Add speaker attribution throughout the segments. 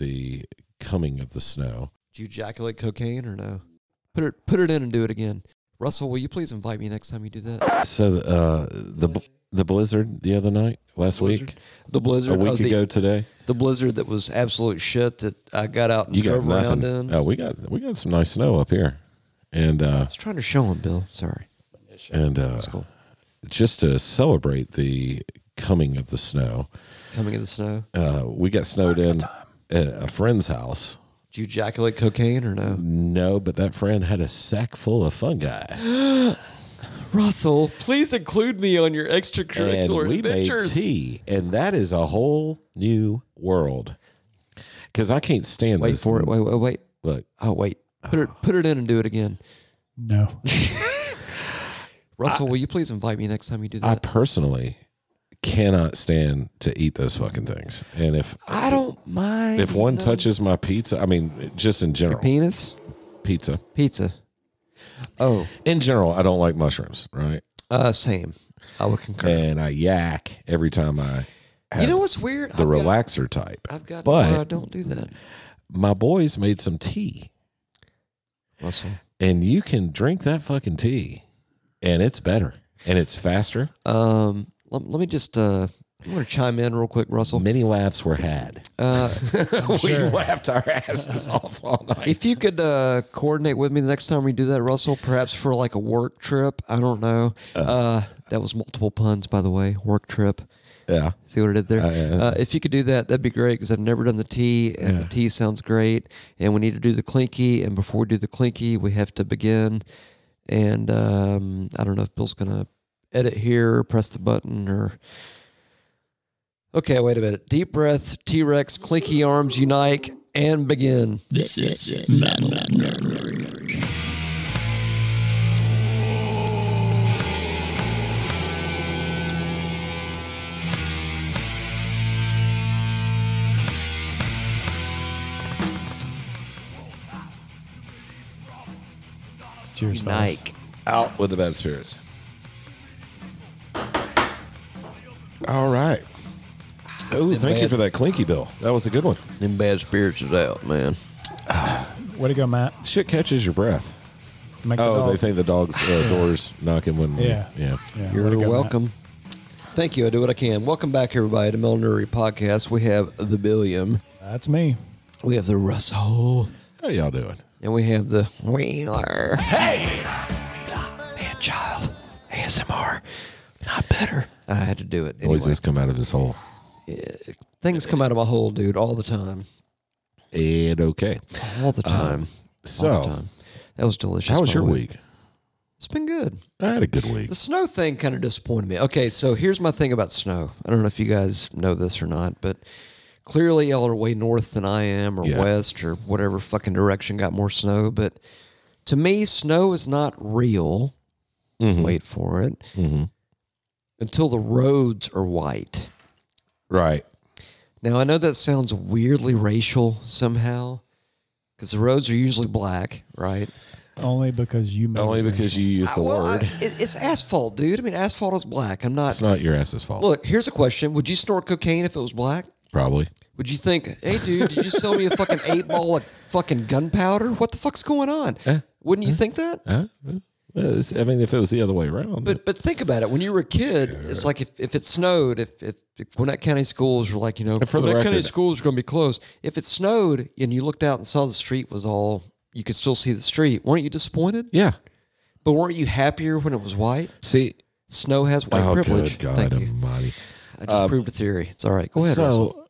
Speaker 1: the coming of the snow.
Speaker 2: Did you ejaculate cocaine or no? Put it put it in and do it again. Russell, will you please invite me next time you do that?
Speaker 1: So uh, the bl- the blizzard the other night last
Speaker 2: Blizzard?
Speaker 1: week,
Speaker 2: The blizzard.
Speaker 1: a week
Speaker 2: of the,
Speaker 1: ago today.
Speaker 2: The blizzard that was absolute shit that I got out and
Speaker 1: You got
Speaker 2: drove around
Speaker 1: nothing.
Speaker 2: in.
Speaker 1: Oh, we got we got some nice snow up here, and uh,
Speaker 2: I was trying to show him, Bill. Sorry.
Speaker 1: and uh,
Speaker 2: That's cool.
Speaker 1: just to celebrate the coming of the snow,
Speaker 2: Coming in the snow.
Speaker 1: uh, we got snowed in at a friend's house.
Speaker 2: Did you ejaculate cocaine or no?
Speaker 1: No, but that friend had a sack full of fungi,
Speaker 2: Russell, please include me on your
Speaker 1: and
Speaker 2: extracurricular
Speaker 1: we made
Speaker 2: adventures.
Speaker 1: tea, and that is a whole new world. Because I can't stand
Speaker 2: Wait
Speaker 1: this.
Speaker 2: for it. Wait, wait, wait.
Speaker 1: Look,
Speaker 2: Oh, wait. Put it put it in and do it again.
Speaker 3: No.
Speaker 2: Russell, will you please invite me next time you do
Speaker 1: I
Speaker 2: that?
Speaker 1: personally cannot stand to eat those fucking things, and if
Speaker 2: I, don't mind.
Speaker 1: if one touches my pizza, I mean, just in general,
Speaker 2: penis,
Speaker 1: pizza.
Speaker 2: pizza. Oh,
Speaker 1: In general, I don't like mushrooms, right?
Speaker 2: uh, same. I would concur.
Speaker 1: And I yak every time I have
Speaker 2: you know what's weird?
Speaker 1: the
Speaker 2: I've got-
Speaker 1: relaxer type.
Speaker 2: I've got
Speaker 1: but-
Speaker 2: where I don't do that.
Speaker 1: My boys made some tea,
Speaker 2: Russell.
Speaker 1: and you can drink that fucking tea, and it's better and it's faster.
Speaker 2: Um, let, let me just uh, I'm gonna chime in real quick, Russell.
Speaker 1: Many laughs were had.
Speaker 2: Oh. Uh,
Speaker 1: we laughed our asses off all night.
Speaker 2: if you could uh, coordinate with me the next time we do that, Russell, perhaps for like a work trip. I don't know. Uh, that was multiple puns, by the way. Work trip.
Speaker 1: Yeah.
Speaker 2: See what I did there?
Speaker 1: Uh, yeah.
Speaker 2: Uh, if you could do that, that'd be great because I've never done the tea, and the tea sounds great. And we need to do the clinky, and before we do the clinky, we have to begin. And um, I don't know if Bill's gonna edit here, or press the button, or okay, wait a minute. Deep breath, T Rex, clinky arms unite, and begin.
Speaker 4: This is Metal Nerd.
Speaker 3: Cheers, fellas.
Speaker 2: Nike.
Speaker 1: Out with the bad spirits. All right. Oh, thank you
Speaker 2: bad-
Speaker 1: for that clinky bill. That was a good one.
Speaker 2: Them bad spirits is out, man.
Speaker 3: Way to go, Matt.
Speaker 1: Shit catches your breath.
Speaker 3: Make the
Speaker 1: Oh,
Speaker 3: dog.
Speaker 1: they think the dog's uh, doors knocking when.
Speaker 3: Yeah.
Speaker 1: yeah.
Speaker 3: Yeah, way to
Speaker 2: You're
Speaker 3: go, Matt.
Speaker 2: welcome. Thank you. I do what I can. Welcome back, everybody, to Mel Nuri Podcast. We have the Billiam.
Speaker 3: That's me.
Speaker 2: We have the Russell.
Speaker 1: How y'all doing?
Speaker 2: And we have the Wheeler. Hey! Man child. ASMR. Not better. I had to do it. Anyway,
Speaker 1: Noises come out of his hole.
Speaker 2: things come out of my hole, dude, all the time.
Speaker 1: And okay.
Speaker 2: All the time. all the
Speaker 1: Um, So,
Speaker 2: time. That was delicious.
Speaker 1: how
Speaker 2: by
Speaker 1: was
Speaker 2: the
Speaker 1: your
Speaker 2: way.
Speaker 1: week?
Speaker 2: It's been good.
Speaker 1: I had a good week.
Speaker 2: The snow thing kind of disappointed me. Okay, so here's my thing about snow. I don't know if you guys know this or not, but clearly y'all are way north than I am, or
Speaker 1: Yeah.
Speaker 2: west, or whatever fucking direction got more snow. But to me, snow is not real. Wait for it until the roads are white.
Speaker 1: Right.
Speaker 2: Now I know that sounds weirdly racial somehow, because the roads are usually black, right?
Speaker 3: Only because you made
Speaker 1: Only
Speaker 3: it,
Speaker 1: because you used the
Speaker 2: Uh, well, Mm-hmm. I-
Speaker 1: word.
Speaker 2: it- it's asphalt, dude. I mean, asphalt is black. I'm not.
Speaker 1: It's not your ass's fault.
Speaker 2: Look, here's a question: Would you snort cocaine if it was black?
Speaker 1: Probably.
Speaker 2: Would you think, hey, dude, did you sell me a fucking eight ball of fucking gunpowder? What the fuck's going on?
Speaker 1: Eh?
Speaker 2: Wouldn't you think that?
Speaker 1: Huh? Well, it's- I mean, if it was the other way around.
Speaker 2: But but think about it. When you were a kid, it's like if, if it snowed, if, if, if Gwinnett County schools were like, you know,
Speaker 1: for the
Speaker 2: Gwinnett County
Speaker 1: record-
Speaker 2: schools are going to be closed. If it snowed and you looked out and saw the street was all, you could still see the street, weren't you disappointed?
Speaker 1: yeah.
Speaker 2: But weren't you happier when it was white?
Speaker 1: See,
Speaker 2: Snow has white
Speaker 1: oh,
Speaker 2: privilege.
Speaker 1: good God
Speaker 2: Thank you.
Speaker 1: almighty.
Speaker 2: I just proved a theory. It's all right. Go ahead. Russell.
Speaker 1: So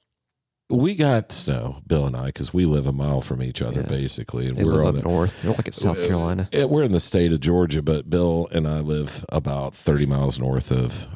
Speaker 1: we got snow, Bill and I, because we live a mile from each other
Speaker 2: Yeah.
Speaker 1: basically, and
Speaker 2: they
Speaker 1: we're
Speaker 2: live up
Speaker 1: on a,
Speaker 2: north. They're like it's South Carolina.
Speaker 1: eh, we're in the state of Georgia, but Bill and I live about thirty miles north of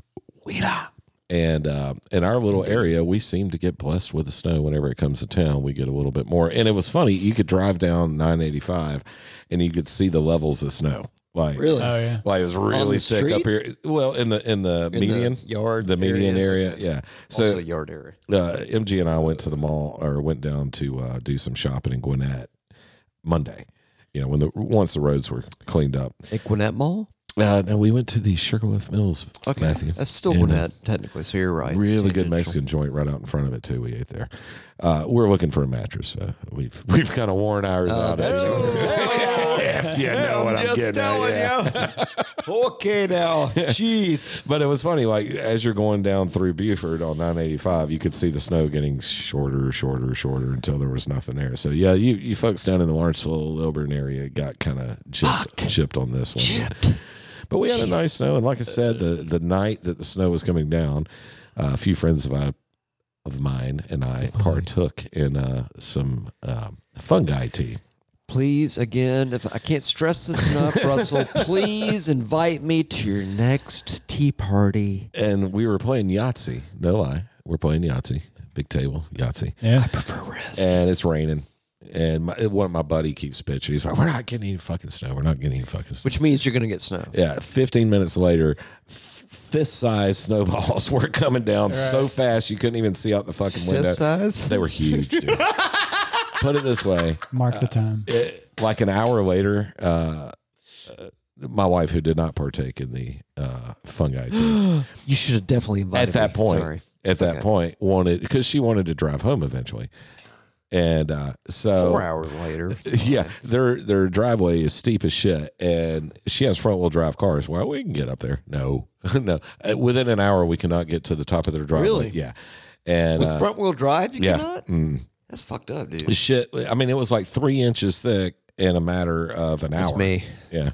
Speaker 1: Wheeler. And um, in our little
Speaker 2: Mm-hmm.
Speaker 1: area, we seem to get blessed with the snow. Whenever it comes to town, we get a little bit more. And it was funny; you could drive down 985, and you could see the levels of snow. Like
Speaker 2: Really?
Speaker 3: Oh, yeah.
Speaker 1: like it was really
Speaker 2: the
Speaker 1: thick up here. Well, in the in the
Speaker 2: the
Speaker 1: median
Speaker 2: yard
Speaker 1: the median
Speaker 2: area.
Speaker 1: area, yeah. So
Speaker 2: also yard area.
Speaker 1: uh, MG and I went to the mall or went down to uh, do some shopping in Gwinnett Monday. You know, when the once the roads were cleaned up,
Speaker 2: At Gwinnett Mall?
Speaker 1: Uh, no, we went to the Sugarloaf Mills,
Speaker 2: Okay,
Speaker 1: Matthew.
Speaker 2: that's still
Speaker 1: And, uh,
Speaker 2: Gwinnett technically. So you're right.
Speaker 1: Really
Speaker 2: Stayed
Speaker 1: good
Speaker 2: in
Speaker 1: Mexican joint right out in front of it too. We ate there. Uh, we're looking for a mattress. Uh, we've we've kind of worn ours
Speaker 2: Oh,
Speaker 1: out.
Speaker 2: there you
Speaker 1: if you know what I'm, getting at, yeah.
Speaker 5: you. okay, now, jeez.
Speaker 1: But it was funny, like as you're going down through Buford on 985, you could see the snow getting shorter, shorter, shorter until there was nothing there. So yeah, you, you folks down in the Lawrenceville, Lilburn area got kind of chipped, chipped on this one. But we had a nice snow, and like I said, the the night that the snow was coming down, uh, a few friends of I, of mine and I partook in uh, some um, fungi tea.
Speaker 2: Please, again, if I can't stress this enough, Russell, please invite me to your next tea party.
Speaker 1: and we were playing Yahtzee. No lie, we're playing Yahtzee, big table Yahtzee,
Speaker 3: Yeah.
Speaker 2: Prefer rest.
Speaker 1: and it's raining. And my, one of my buddy keeps bitching. He's like, "We're not getting any fucking snow. We're not getting any fucking snow."
Speaker 2: Which means you're going to get snow.
Speaker 1: yeah, fifteen minutes later, fist sized snowballs were coming down so fast you couldn't even see out the fucking window.
Speaker 2: Fist size?
Speaker 1: They were huge. Dude. Put it this way,
Speaker 3: Mark the time.
Speaker 1: it- like an hour later, uh, uh, my wife, who did not partake in the uh, fungi tea,
Speaker 2: You should have definitely invited
Speaker 1: at that
Speaker 2: me.
Speaker 1: point
Speaker 2: Sorry.
Speaker 1: at that
Speaker 2: Okay.
Speaker 1: point wanted because she wanted to drive home eventually and uh so
Speaker 2: Four hours later.
Speaker 1: yeah their their driveway is steep as shit and she has front wheel drive cars well we can get up there no no Uh, within an hour we cannot get to the top of their driveway
Speaker 2: Really?
Speaker 1: yeah and
Speaker 2: With
Speaker 1: uh,
Speaker 2: front wheel drive, you
Speaker 1: yeah.
Speaker 2: cannot?
Speaker 1: Mm.
Speaker 2: That's fucked up, dude.
Speaker 1: The shit i mean it was like three inches thick in a matter of an
Speaker 2: That's
Speaker 1: hour
Speaker 2: me.
Speaker 1: yeah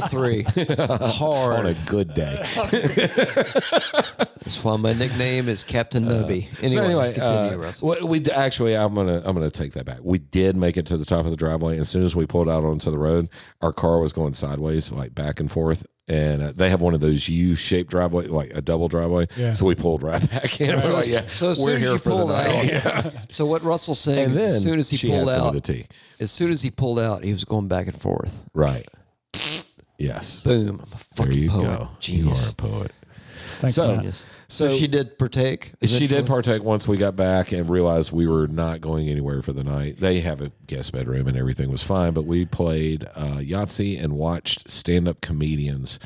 Speaker 2: three.
Speaker 1: on
Speaker 2: Hard.
Speaker 1: a good day
Speaker 2: That's why my nickname is Captain Nubby. Anyway,
Speaker 1: Uh, So anyway,
Speaker 2: continue,
Speaker 1: uh,
Speaker 2: Russell.
Speaker 1: we, we d- actually, I'm gonna, I'm gonna take that back. We did make it to the top of the driveway. As soon as we pulled out onto the road, our car was going sideways, like back and forth. And uh, they have one of those U-shaped driveway, like a double driveway.
Speaker 3: Yeah.
Speaker 1: So we pulled right back in. We're like, yeah,
Speaker 2: so as
Speaker 1: we're
Speaker 2: soon as
Speaker 1: here
Speaker 2: you
Speaker 1: for the
Speaker 2: pulled
Speaker 1: night.
Speaker 2: out,
Speaker 1: Yeah.
Speaker 2: so what Russell's saying
Speaker 1: and
Speaker 2: is
Speaker 1: then
Speaker 2: as soon as he
Speaker 1: she had
Speaker 2: pulled
Speaker 1: some
Speaker 2: out,
Speaker 1: of the tea.
Speaker 2: as soon as he pulled out, he was going back and forth.
Speaker 1: Right. Yes.
Speaker 2: Boom! I'm a
Speaker 1: there
Speaker 2: fucking
Speaker 1: you
Speaker 2: poet.
Speaker 1: go.
Speaker 2: Genius.
Speaker 1: You are a poet.
Speaker 3: Thanks,
Speaker 1: so-
Speaker 3: Matt.
Speaker 2: Genius. So,
Speaker 1: So-
Speaker 2: she did partake.
Speaker 1: She
Speaker 2: eventually?
Speaker 1: did partake once we got back and realized we were not going anywhere for the night. They have a guest bedroom and everything was fine, but we played uh, Yahtzee and watched stand up comedians.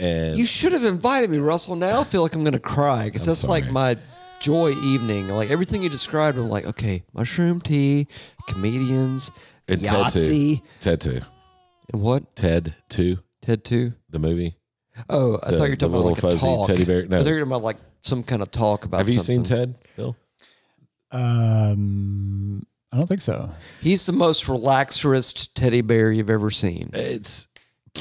Speaker 1: And
Speaker 2: You should have invited me, Russell. Now I feel like I'm going to cry because that's like
Speaker 1: sorry.
Speaker 2: my joy evening. Like everything you described, I'm like, okay, mushroom tea, comedians,
Speaker 1: and Ted
Speaker 2: Yahtzee,
Speaker 1: too. Ted too.
Speaker 2: and what?
Speaker 1: Ted too.
Speaker 2: Ted too.
Speaker 1: The movie.
Speaker 2: Oh, I
Speaker 1: The-
Speaker 2: thought you were
Speaker 1: the
Speaker 2: talking about
Speaker 1: little
Speaker 2: like a
Speaker 1: fuzzy
Speaker 2: talk.
Speaker 1: teddy bear- no.
Speaker 2: I thought you were talking about like some kind of talk about.
Speaker 1: have you seen
Speaker 2: something.
Speaker 1: Ted? Bill.
Speaker 3: Um, I don't think so.
Speaker 2: He's the most relaxerist teddy bear you've ever seen.
Speaker 1: It's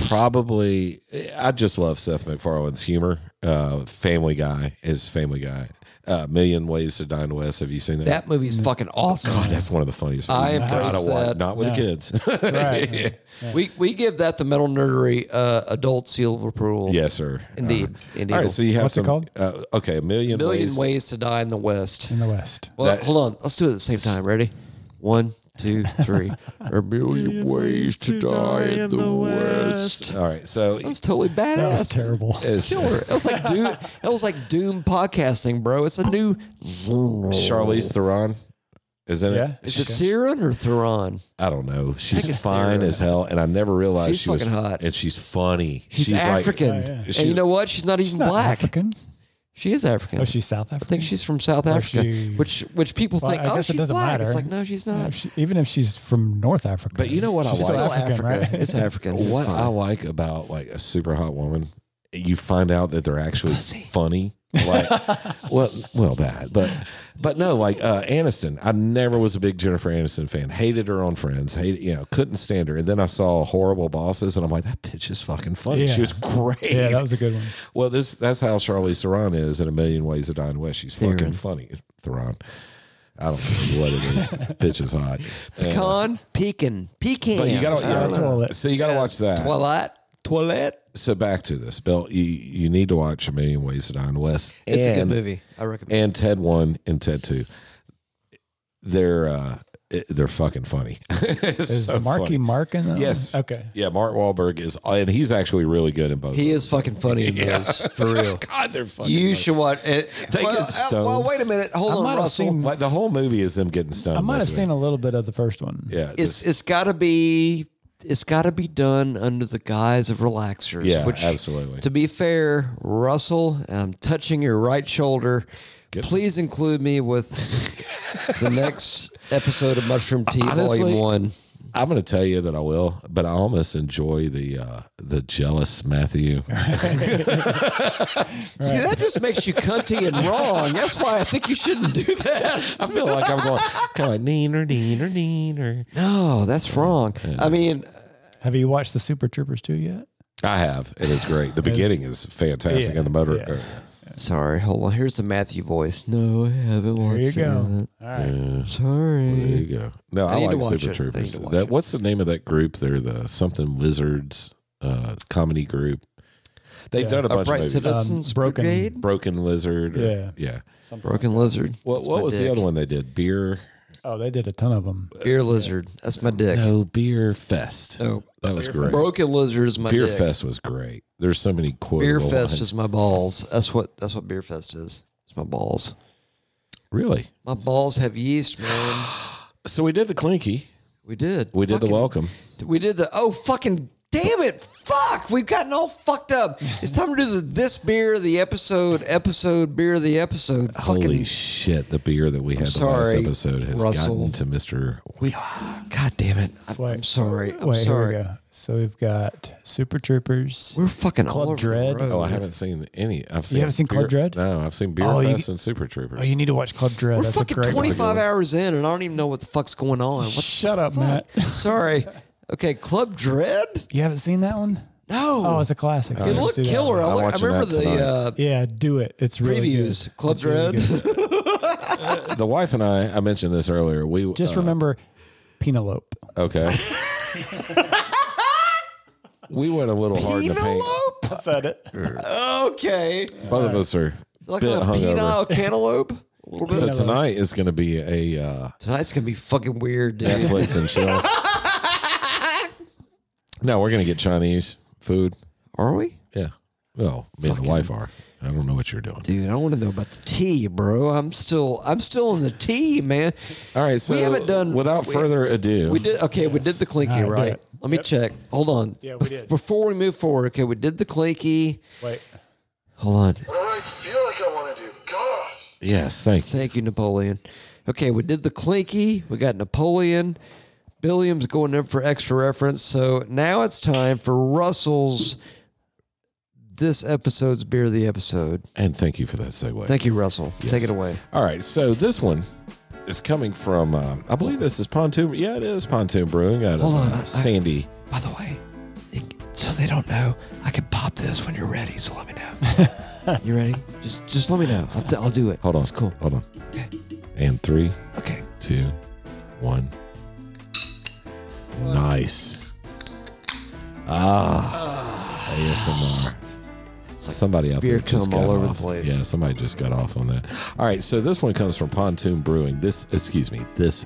Speaker 1: probably. I just love Seth MacFarlane's humor. Uh, family Guy is Family Guy. Uh, Million Ways to Dine West. Have you seen that?
Speaker 2: That movie's
Speaker 3: Mm.
Speaker 2: fucking
Speaker 3: Oh,
Speaker 2: awesome.
Speaker 1: God, that's one of the funniest.
Speaker 2: I
Speaker 1: movies. gotta
Speaker 2: embrace
Speaker 1: watch-
Speaker 2: that.
Speaker 1: Not with the kids.
Speaker 3: Right.
Speaker 2: We we give that the metal nerdery uh, adult seal of approval.
Speaker 1: Yes, sir.
Speaker 2: Indeed.
Speaker 1: Uh,
Speaker 2: Indeed.
Speaker 1: All right, so you have
Speaker 3: What's it
Speaker 1: some-
Speaker 3: called?
Speaker 1: Uh, okay, a million,
Speaker 2: Million
Speaker 1: ways.
Speaker 2: ways. to die in the West.
Speaker 3: In the West.
Speaker 2: Well,
Speaker 1: That-
Speaker 2: hold on. Let's do it at the same time. Ready? One, two, three. A million ways to die in the West.
Speaker 1: All right, so
Speaker 2: That was totally
Speaker 3: That was
Speaker 2: badass.
Speaker 3: terrible.
Speaker 1: it's
Speaker 2: Killer. That was like doom. That was like doom podcasting, bro. It's a new.
Speaker 1: Charlize Theron is in
Speaker 3: Yeah.
Speaker 1: it.
Speaker 2: Is it Theron or Theron?
Speaker 1: I don't know. She's
Speaker 2: it's
Speaker 1: fine
Speaker 2: Theron.
Speaker 1: as hell, and I never realized
Speaker 2: She's
Speaker 1: she was
Speaker 2: fucking hot.
Speaker 1: and she's funny.
Speaker 2: She's, African.
Speaker 3: Oh, yeah.
Speaker 2: And you
Speaker 1: She's-
Speaker 2: know what? She's not even
Speaker 3: Not
Speaker 2: black.
Speaker 3: African.
Speaker 2: She is African.
Speaker 3: Oh, she's South
Speaker 2: I
Speaker 3: African.
Speaker 2: think she's from South
Speaker 3: Or
Speaker 2: Africa,
Speaker 3: she-
Speaker 2: which which people
Speaker 3: Well,
Speaker 2: think.
Speaker 3: I
Speaker 2: oh,
Speaker 3: guess it
Speaker 2: she's
Speaker 3: doesn't
Speaker 2: black. It's
Speaker 3: matter.
Speaker 2: like no, she's
Speaker 3: Yeah,
Speaker 2: not.
Speaker 3: if she- even if she's from North Africa.
Speaker 1: But you know what I
Speaker 3: she's
Speaker 1: like?
Speaker 3: still
Speaker 1: Still
Speaker 3: African, right?
Speaker 2: It's African. It's
Speaker 1: what
Speaker 2: fine.
Speaker 1: I like about like a super hot woman, you find out that they're actually funny. Like, well, well, that, but, but no, like uh, Aniston. I never was a big Jennifer Aniston fan. Hated her on Friends. Hated, you know, couldn't stand her. And then I saw Horrible Bosses, and I'm like, that bitch is fucking funny.
Speaker 3: Yeah.
Speaker 1: She was great.
Speaker 3: Yeah, that was a good one.
Speaker 1: well, this that's how Charlize Theron is in a million ways of Don West. She's
Speaker 2: Theron.
Speaker 1: fucking funny, Theron. I don't know what it is. bitch is hot. And-
Speaker 2: Pecan, pecan, pecan.
Speaker 1: but you gotta,
Speaker 2: I don't
Speaker 3: yeah,
Speaker 2: know.
Speaker 3: toilet.
Speaker 1: so you gotta watch that.
Speaker 2: Toilet, toilet.
Speaker 1: so back to this, Bill. You you need to watch A Million Ways to Die in the West.
Speaker 2: It's a good
Speaker 1: and-
Speaker 2: movie. I recommend.
Speaker 1: And Ted One and Ted Two. They're uh, it- they're fucking funny. It's
Speaker 3: Is
Speaker 1: so
Speaker 3: Marky
Speaker 1: funny.
Speaker 3: Mark in that? one?
Speaker 1: Yes.
Speaker 3: Okay.
Speaker 1: Yeah, Mark Wahlberg is, and he's actually really good in both.
Speaker 2: He
Speaker 1: of
Speaker 2: is fucking funny in those, for real.
Speaker 1: them. God, they're fucking.
Speaker 2: You
Speaker 1: funny.
Speaker 2: should watch. It.
Speaker 1: They
Speaker 2: well,
Speaker 1: get
Speaker 2: uh,
Speaker 1: stoned.
Speaker 2: well, wait a minute.
Speaker 3: I
Speaker 2: Hold
Speaker 3: might
Speaker 2: on,
Speaker 3: have
Speaker 2: Russell.
Speaker 3: seen-
Speaker 1: like the whole movie is them getting stoned.
Speaker 3: I might have
Speaker 1: mostly.
Speaker 3: seen a little bit of the first one.
Speaker 1: Yeah,
Speaker 2: it's
Speaker 1: this-
Speaker 2: it's got to be it's got to be done under the guise of relaxers.
Speaker 1: Yeah,
Speaker 2: which,
Speaker 1: absolutely.
Speaker 2: To be fair, Russell, I'm touching your right shoulder. Please include me with the next episode of Mushroom Tea
Speaker 1: Honestly,
Speaker 2: Volume One.
Speaker 1: I'm going to tell you that I will, but I almost enjoy the uh, the jealous Matthew.
Speaker 2: See, that just makes you cunty and wrong. That's why I think you shouldn't do that.
Speaker 1: I feel like I'm going kind of like neener neener neener.
Speaker 2: No, that's wrong. I mean,
Speaker 3: Have you watched the Super Troopers 2 yet?
Speaker 1: I have. It is great. The beginning is fantastic,
Speaker 3: Yeah,
Speaker 1: and the motor. er,
Speaker 3: yeah.
Speaker 2: sorry, hold on. Here's the Matthew voice. No, I haven't
Speaker 3: There
Speaker 2: watched
Speaker 3: you
Speaker 2: it
Speaker 3: go. All
Speaker 1: uh,
Speaker 3: right.
Speaker 1: yeah. There
Speaker 2: Sorry.
Speaker 1: you go. No, I,
Speaker 2: I need to
Speaker 1: like
Speaker 2: watch
Speaker 1: Super
Speaker 2: it. I need
Speaker 1: Troopers.
Speaker 2: to watch
Speaker 1: That
Speaker 2: it.
Speaker 1: what's the name of that group? They're the something lizards uh, comedy group. They've
Speaker 3: Yeah.
Speaker 1: done a
Speaker 2: A
Speaker 1: bunch of
Speaker 2: Oh, Bright
Speaker 1: movies.
Speaker 2: Citizens
Speaker 3: Um, Broken-
Speaker 2: Brigade?
Speaker 1: Broken Lizard. Or, yeah,
Speaker 3: Yeah.
Speaker 1: yeah.
Speaker 3: Something like
Speaker 2: Broken Lizard.
Speaker 1: What
Speaker 2: That's
Speaker 1: what
Speaker 2: my
Speaker 1: was the
Speaker 2: dick.
Speaker 1: other one they did? Beer.
Speaker 3: that. Oh, they did a ton of them.
Speaker 2: Beer Lizard. That's my dick.
Speaker 1: No, Beer Fest.
Speaker 2: Oh.
Speaker 1: that was great.
Speaker 2: Broken Lizard is my
Speaker 1: Beer
Speaker 2: dick.
Speaker 1: Fest was great. There's so many quotable
Speaker 2: Beer Fest
Speaker 1: lines.
Speaker 2: is my balls. That's what that's what Beer Fest is. It's my balls.
Speaker 1: really.
Speaker 2: My balls have yeast, man.
Speaker 1: So we did the clinky.
Speaker 2: We did.
Speaker 1: We did the
Speaker 2: Fucking-
Speaker 1: welcome.
Speaker 2: We did the oh fucking damn it fuck we've gotten all fucked up. It's time to do the this beer of the episode episode beer of the episode.
Speaker 1: Holy
Speaker 2: fucking
Speaker 1: shit! The beer that we had the last
Speaker 2: sorry,
Speaker 1: episode has
Speaker 2: Russell.
Speaker 1: gotten to Mister.
Speaker 2: we, god damn it. I,
Speaker 3: Wait.
Speaker 2: I'm sorry.
Speaker 1: Oh,
Speaker 2: I'm
Speaker 3: Wait,
Speaker 2: sorry.
Speaker 3: here we go. So we've got Super Troopers.
Speaker 2: we are fucking
Speaker 3: Club
Speaker 2: all over
Speaker 3: Dread.
Speaker 2: The road.
Speaker 1: Oh, I haven't seen any. I've seen.
Speaker 3: haven't seen
Speaker 1: Beer-
Speaker 3: Club Dread?
Speaker 1: No, I've seen Beer
Speaker 3: Oh, you-
Speaker 1: Fest and Super Troopers.
Speaker 3: Oh, you need to watch Club Dread.
Speaker 2: We're
Speaker 3: That's
Speaker 2: fucking
Speaker 3: a great one.
Speaker 2: 25 hours in, and I don't even know what the fuck's going on. What
Speaker 3: Shut up, Matt.
Speaker 2: the, sorry. Okay, Club Dread.
Speaker 3: You haven't seen that one?
Speaker 2: No.
Speaker 3: Oh, it's a classic. You
Speaker 2: It
Speaker 3: haven't
Speaker 2: looked
Speaker 3: seen that
Speaker 2: killer.
Speaker 3: one.
Speaker 2: I,
Speaker 1: I'm
Speaker 2: look- I
Speaker 1: watching
Speaker 2: remember
Speaker 1: that
Speaker 2: the
Speaker 1: tonight.
Speaker 2: uh,
Speaker 3: Yeah, do it. It's really good.
Speaker 2: previews. Club
Speaker 3: It's really
Speaker 2: Dread.
Speaker 3: good.
Speaker 1: the wife and I. I mentioned this earlier. We
Speaker 3: Just
Speaker 1: uh,
Speaker 3: remember Penelope.
Speaker 1: Okay. we went a little hard to paint.
Speaker 2: Penelope?
Speaker 3: said it.
Speaker 2: Okay.
Speaker 1: Both of us are
Speaker 2: Like
Speaker 1: bit
Speaker 2: a
Speaker 1: hungover.
Speaker 2: penile cantaloupe? A little bit.
Speaker 1: So tonight is going to be a uh,
Speaker 2: Tonight's going to be fucking weird, dude.
Speaker 1: Netflix and chill. no, we're going to get Chinese food.
Speaker 2: Are we?
Speaker 1: Yeah. Well, me and the wife are. I don't know what you're doing.
Speaker 2: Dude, I want to know about the tea, bro. I'm still I'm still in the tea, man.
Speaker 1: All right. So
Speaker 2: haven't done-
Speaker 1: Without
Speaker 2: we-
Speaker 1: further ado,
Speaker 2: We did okay. We did the
Speaker 3: All right,
Speaker 2: clinky,
Speaker 3: do
Speaker 2: right?
Speaker 3: it.
Speaker 2: Let me check. Hold on.
Speaker 3: Yeah, we
Speaker 2: Bef-
Speaker 3: did.
Speaker 2: Before we move forward, okay, we did the clinky.
Speaker 3: Wait.
Speaker 2: Hold on.
Speaker 6: What do I feel like I want to do? God.
Speaker 1: Yes. Thank you.
Speaker 2: Thank you, Napoleon. Okay, we did the clinky. We got Napoleon. Billiam's going in for extra reference. So now it's time for Russell's this episode's beer of the episode.
Speaker 1: And thank you for that segue.
Speaker 2: Thank you, Russell. Take
Speaker 1: Yes.
Speaker 2: it away.
Speaker 1: All right, so this one is coming from, um, I believe this is Pontoon. Yeah, it is Pontoon Brewing out
Speaker 2: Hold
Speaker 1: of
Speaker 2: on,
Speaker 1: uh,
Speaker 2: I-
Speaker 1: Sandy.
Speaker 2: By the way, it- so they don't know, I can pop this when you're ready. So let me know. you ready? Just just let me know. I'll, t- I'll do it.
Speaker 1: Hold on,
Speaker 2: It's cool.
Speaker 1: Hold on.
Speaker 2: Okay.
Speaker 1: And three,
Speaker 2: Okay.
Speaker 1: two, one. Nice. Ah, ASMR. Somebody out
Speaker 2: beer
Speaker 1: there just
Speaker 2: cum
Speaker 1: got
Speaker 2: all over the
Speaker 1: off.
Speaker 2: place.
Speaker 1: Yeah, somebody just got off on that. All right, so this one comes from Pontoon Brewing. This, excuse me, this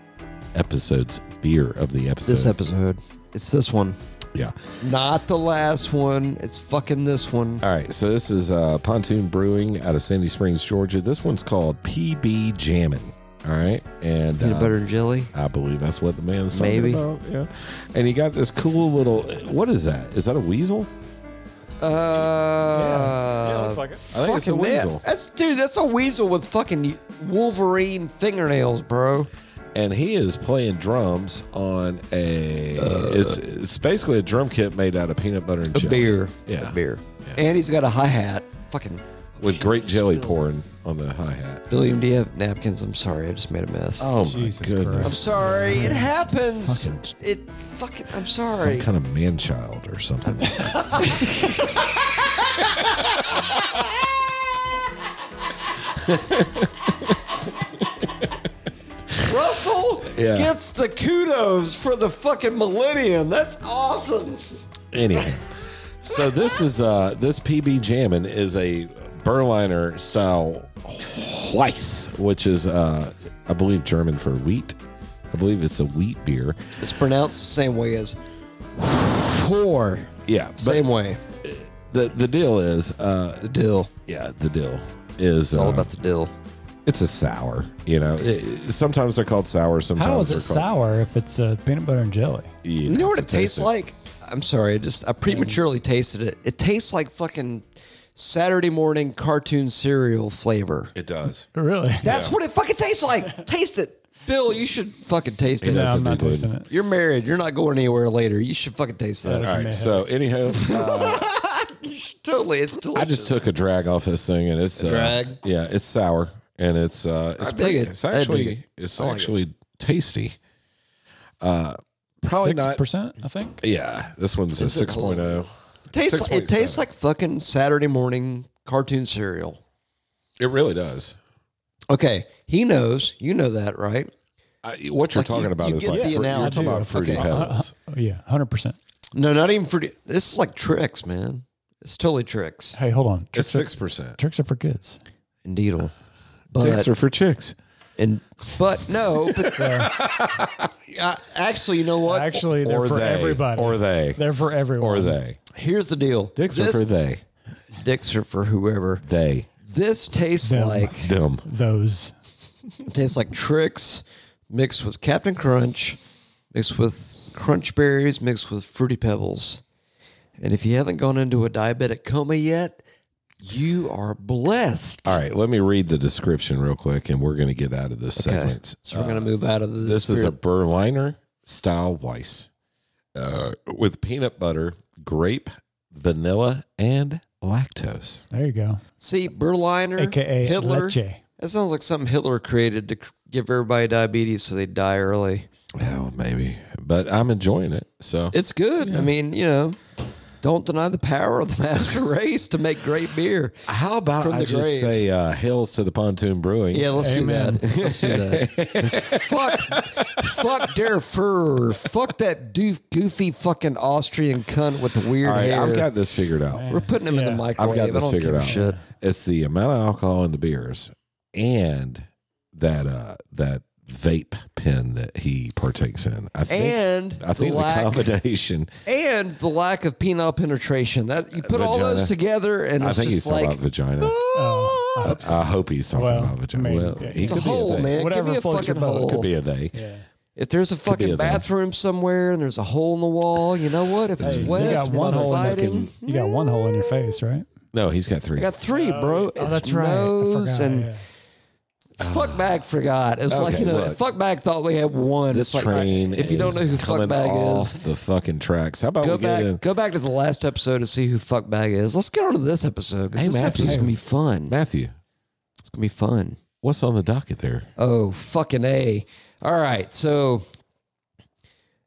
Speaker 1: episode's beer of the episode.
Speaker 2: This episode. It's this one.
Speaker 1: yeah.
Speaker 2: Not the last one. It's fucking this one.
Speaker 1: All right, so this is uh, Pontoon Brewing out of Sandy Springs, Georgia. This one's called PB Jammin'. All right, and
Speaker 2: Peanut
Speaker 1: uh,
Speaker 2: butter and jelly.
Speaker 1: I believe that's what the man's talking
Speaker 2: Maybe.
Speaker 1: about. Yeah, and he got this cool little. What is that? Is that a weasel?
Speaker 2: Uh, yeah.
Speaker 3: it.
Speaker 1: I think it's a weasel.
Speaker 2: That's dude. That's a weasel with fucking Wolverine fingernails, bro.
Speaker 1: And he is playing drums on a. it's it's basically a drum kit made out of peanut butter and
Speaker 2: Uh. A
Speaker 1: jelly.
Speaker 2: beer.
Speaker 1: Yeah.
Speaker 2: A beer.
Speaker 1: Yeah.
Speaker 2: And he's got a hi hat. Fucking
Speaker 1: with great jelly
Speaker 2: Still.
Speaker 1: pouring on the hi hat.
Speaker 2: William, do you have napkins? I'm sorry, I just made a mess.
Speaker 1: Oh
Speaker 3: Jesus
Speaker 1: my
Speaker 2: I'm
Speaker 1: goodness!
Speaker 3: Christ.
Speaker 2: sorry, it happens.
Speaker 1: Fucking-
Speaker 2: it fucking. I'm
Speaker 1: Some
Speaker 2: sorry.
Speaker 1: kind of man child or something.
Speaker 2: Russell
Speaker 1: Yeah.
Speaker 2: gets the kudos for the fucking millennium. That's awesome.
Speaker 1: Anyhow, so this is uh this PB Jammin is a Berliner style Weiss, which is uh I believe German for wheat. I believe it's a wheat beer.
Speaker 2: It's pronounced the same way as whore.
Speaker 1: Yeah, but
Speaker 2: Same way.
Speaker 1: the the deal is uh
Speaker 2: The dill.
Speaker 1: yeah the deal is
Speaker 2: It's all
Speaker 1: uh,
Speaker 2: about the dill.
Speaker 1: It's a sour. You know, It- sometimes they're called sour. Sometimes
Speaker 3: How is
Speaker 1: they're
Speaker 3: it
Speaker 1: called,
Speaker 3: sour if it's uh, peanut butter and jelly?
Speaker 1: You,
Speaker 2: You know what
Speaker 1: have
Speaker 2: it
Speaker 1: to
Speaker 2: tastes
Speaker 1: taste
Speaker 2: like? I'm sorry, I just I prematurely tasted it. It tastes like fucking Saturday morning cartoon cereal flavor.
Speaker 1: It does.
Speaker 3: Really?
Speaker 2: That's what it fucking tastes like. taste it. Bill, you should fucking taste it.
Speaker 3: no,
Speaker 1: does
Speaker 3: I'm not
Speaker 1: indeed.
Speaker 3: tasting it.
Speaker 2: You're married. You're not going anywhere later. You should fucking taste that.
Speaker 1: All right. So, anyhow, uh,
Speaker 2: You should- totally. It's delicious.
Speaker 1: I just took a drag off this thing, and it's uh,
Speaker 2: drag?
Speaker 1: Yeah, it's sour, and it's uh, it's,
Speaker 2: dig
Speaker 1: pretty-
Speaker 2: it.
Speaker 1: it's
Speaker 2: I dig
Speaker 1: actually
Speaker 2: it.
Speaker 1: it's
Speaker 2: I like it.
Speaker 1: actually tasty. Uh, probably not.
Speaker 3: percent, I think.
Speaker 1: Yeah, this one's a
Speaker 2: It's a
Speaker 1: six oh.
Speaker 2: cold- tastes.
Speaker 1: Tastes.
Speaker 2: it tastes like fucking Saturday morning cartoon cereal.
Speaker 1: It really does.
Speaker 2: Okay, he knows. You know that, right?
Speaker 1: I, what you're
Speaker 2: Like, you-
Speaker 1: talking about
Speaker 2: you
Speaker 1: is
Speaker 2: get
Speaker 1: like
Speaker 2: the
Speaker 1: fruit- you're
Speaker 2: analogy.
Speaker 1: talking about fruity
Speaker 2: Okay.
Speaker 1: pebbles.
Speaker 3: Oh, yeah, hundred percent.
Speaker 2: No, not even for. This is like tricks, man. It's totally tricks.
Speaker 3: Hey, hold on.
Speaker 1: It's
Speaker 3: Tricks,
Speaker 1: six percent.
Speaker 3: are, tricks are for kids.
Speaker 2: and Needle.
Speaker 1: Dicks
Speaker 2: But
Speaker 1: are for chicks.
Speaker 2: and but no, but uh, actually, you know what?
Speaker 3: Actually, they're for everybody.
Speaker 1: Or they.
Speaker 3: they're for everyone.
Speaker 1: Or they.
Speaker 2: Here's the deal.
Speaker 1: Dicks
Speaker 2: This-
Speaker 1: are for they.
Speaker 2: Dicks are for whoever.
Speaker 1: They.
Speaker 2: This tastes
Speaker 3: Them.
Speaker 2: like
Speaker 1: Them.
Speaker 3: those.
Speaker 2: it tastes like tricks mixed with Captain Crunch, mixed with crunch berries, mixed with fruity pebbles. And if you haven't gone into a diabetic coma yet, you are blessed.
Speaker 1: All right, let me read the description real quick, and we're going to get out of this
Speaker 2: Okay.
Speaker 1: segment.
Speaker 2: So we're gonna move out of the
Speaker 1: Uh, This is a
Speaker 2: spirit-
Speaker 1: Berliner style Weiss uh, with peanut butter, grape, vanilla, and lactose.
Speaker 3: There you go.
Speaker 2: see Berliner,
Speaker 3: AKA
Speaker 2: Hitler.
Speaker 3: leche.
Speaker 2: That sounds like something Hitler created to c- give everybody diabetes so they die early.
Speaker 1: Well, maybe, but I'm enjoying it. So
Speaker 2: It's good. I mean, you know, don't deny the power of the master race to make great beer.
Speaker 1: how about
Speaker 2: From
Speaker 1: I
Speaker 2: the
Speaker 1: just
Speaker 2: grave.
Speaker 1: say uh, hails to the pontoon brewing?
Speaker 2: Yeah, let's
Speaker 3: Amen.
Speaker 2: do that. Let's do that. 'Cause fuck, fuck Der Fuhrer. Fuck that doof, goofy fucking Austrian cunt with the weird
Speaker 1: All right,
Speaker 2: hair.
Speaker 1: I've got this figured out.
Speaker 2: We're putting him in the
Speaker 3: Yeah. I've
Speaker 1: I've
Speaker 2: microwave.
Speaker 1: got
Speaker 2: I
Speaker 1: this
Speaker 2: don't
Speaker 1: figured
Speaker 2: give a
Speaker 1: out.
Speaker 2: Shit.
Speaker 1: It's the amount of alcohol in the beers and that uh that vape pen that he partakes in. I think
Speaker 2: And
Speaker 1: I think
Speaker 2: the
Speaker 1: the,
Speaker 2: lack,
Speaker 1: combination.
Speaker 2: and the lack of penile penetration. That you put all
Speaker 1: Vagina.
Speaker 2: those together, and
Speaker 1: I
Speaker 2: it's
Speaker 1: think he's
Speaker 2: just
Speaker 1: talking
Speaker 2: like "Ah,
Speaker 1: about vagina.
Speaker 3: Oh, I hope so.
Speaker 1: I hope he's talking
Speaker 3: Well,
Speaker 1: about vagina.
Speaker 3: I mean,
Speaker 1: well,
Speaker 3: yeah,
Speaker 1: he
Speaker 2: It's
Speaker 1: could
Speaker 2: a hole,
Speaker 1: be a they.
Speaker 2: man. It could
Speaker 3: Whatever
Speaker 2: be a
Speaker 3: floats
Speaker 2: fucking
Speaker 3: your boat.
Speaker 2: hole.
Speaker 1: Could be a they.
Speaker 3: Yeah.
Speaker 2: if there's a
Speaker 1: be
Speaker 2: fucking
Speaker 1: a thing.
Speaker 2: bathroom somewhere and there's a hole in the wall, you know what? If it's
Speaker 3: Hey, you
Speaker 2: west,
Speaker 3: got one
Speaker 2: it's
Speaker 3: hole in the
Speaker 2: inviting.
Speaker 3: You got one hole in your face, right?
Speaker 1: No, he's got three.
Speaker 2: I got three, bro.
Speaker 3: Oh,
Speaker 2: it's
Speaker 3: that's right. I
Speaker 2: nose
Speaker 3: forgot,
Speaker 2: and
Speaker 3: yeah.
Speaker 2: fuckback forgot. It's like
Speaker 1: Okay,
Speaker 2: you know,
Speaker 1: look.
Speaker 2: fuckback thought we had one.
Speaker 1: this
Speaker 2: It's like,
Speaker 1: train.
Speaker 2: if you
Speaker 1: is
Speaker 2: don't know who
Speaker 1: coming
Speaker 2: fuckbag
Speaker 1: off
Speaker 2: is,
Speaker 1: the fucking tracks. How about
Speaker 2: go
Speaker 1: we get in?
Speaker 2: back, go back to the last episode to see who fuckbag is. Let's get on to this episode because
Speaker 1: Hey,
Speaker 2: this
Speaker 1: Matthew.
Speaker 2: episode's gonna be fun.
Speaker 1: Matthew,
Speaker 2: It's gonna be fun.
Speaker 1: what's on the docket there?
Speaker 2: Oh, fucking A. All right. So,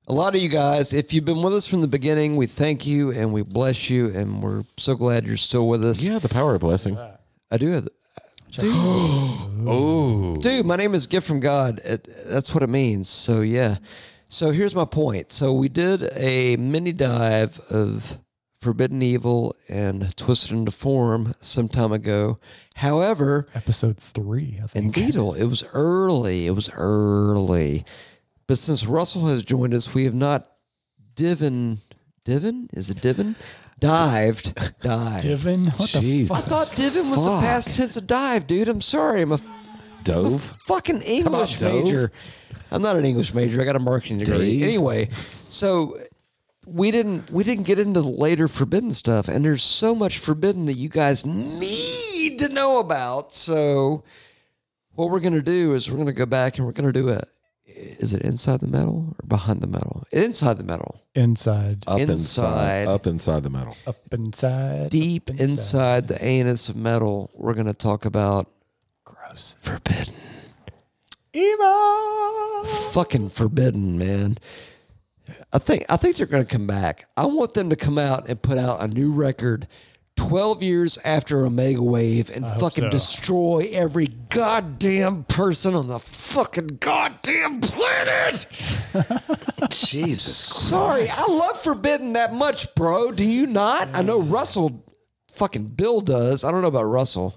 Speaker 2: a lot of you guys, if you've been with us from the beginning, we thank you and we bless you. And we're so glad you're still with us.
Speaker 1: Yeah, the power of blessing.
Speaker 2: I do have.
Speaker 1: Oh,
Speaker 2: Dude, my name is Gift from God. It, that's what it means. So, yeah. So, here's my point. So, we did a mini dive of Forbidden Evil and Twisted into Form some time ago. However,
Speaker 3: Episode three, I think.
Speaker 2: and Beetle. It was early. It was early. But since Russell has joined us, we have not divin divin is it divin dived dived.
Speaker 3: Divin? What
Speaker 1: Jesus.
Speaker 2: I thought divin was the past tense of dive, dude. I'm sorry. I'm a
Speaker 1: Dove.
Speaker 2: fucking English
Speaker 1: Dove.
Speaker 2: major. I'm not an English major. I got a marketing degree.
Speaker 1: Dave.
Speaker 2: Anyway, so we didn't we didn't get into the later forbidden stuff, and there's so much forbidden that you guys need to know about. So what we're gonna do is we're gonna go back and we're gonna do a is it inside the metal or behind the metal? Inside the metal.
Speaker 3: the inside.
Speaker 1: Up inside.
Speaker 2: Inside.
Speaker 1: Up inside the metal.
Speaker 3: Up inside.
Speaker 2: Deep
Speaker 3: up
Speaker 2: inside the anus of metal, we're gonna talk about
Speaker 3: Gross.
Speaker 2: forbidden.
Speaker 3: Eva!
Speaker 2: fucking forbidden, man. I think I think they're going to come back. I want them to come out and put out a new record 12 years after Omega Wave and fucking
Speaker 3: so.
Speaker 2: destroy every goddamn person on the fucking goddamn planet. Jesus Sorry, I love Forbidden that much, bro. Do you not? I know
Speaker 1: Mm.
Speaker 2: Russell fucking Bill does. I don't know about Russell.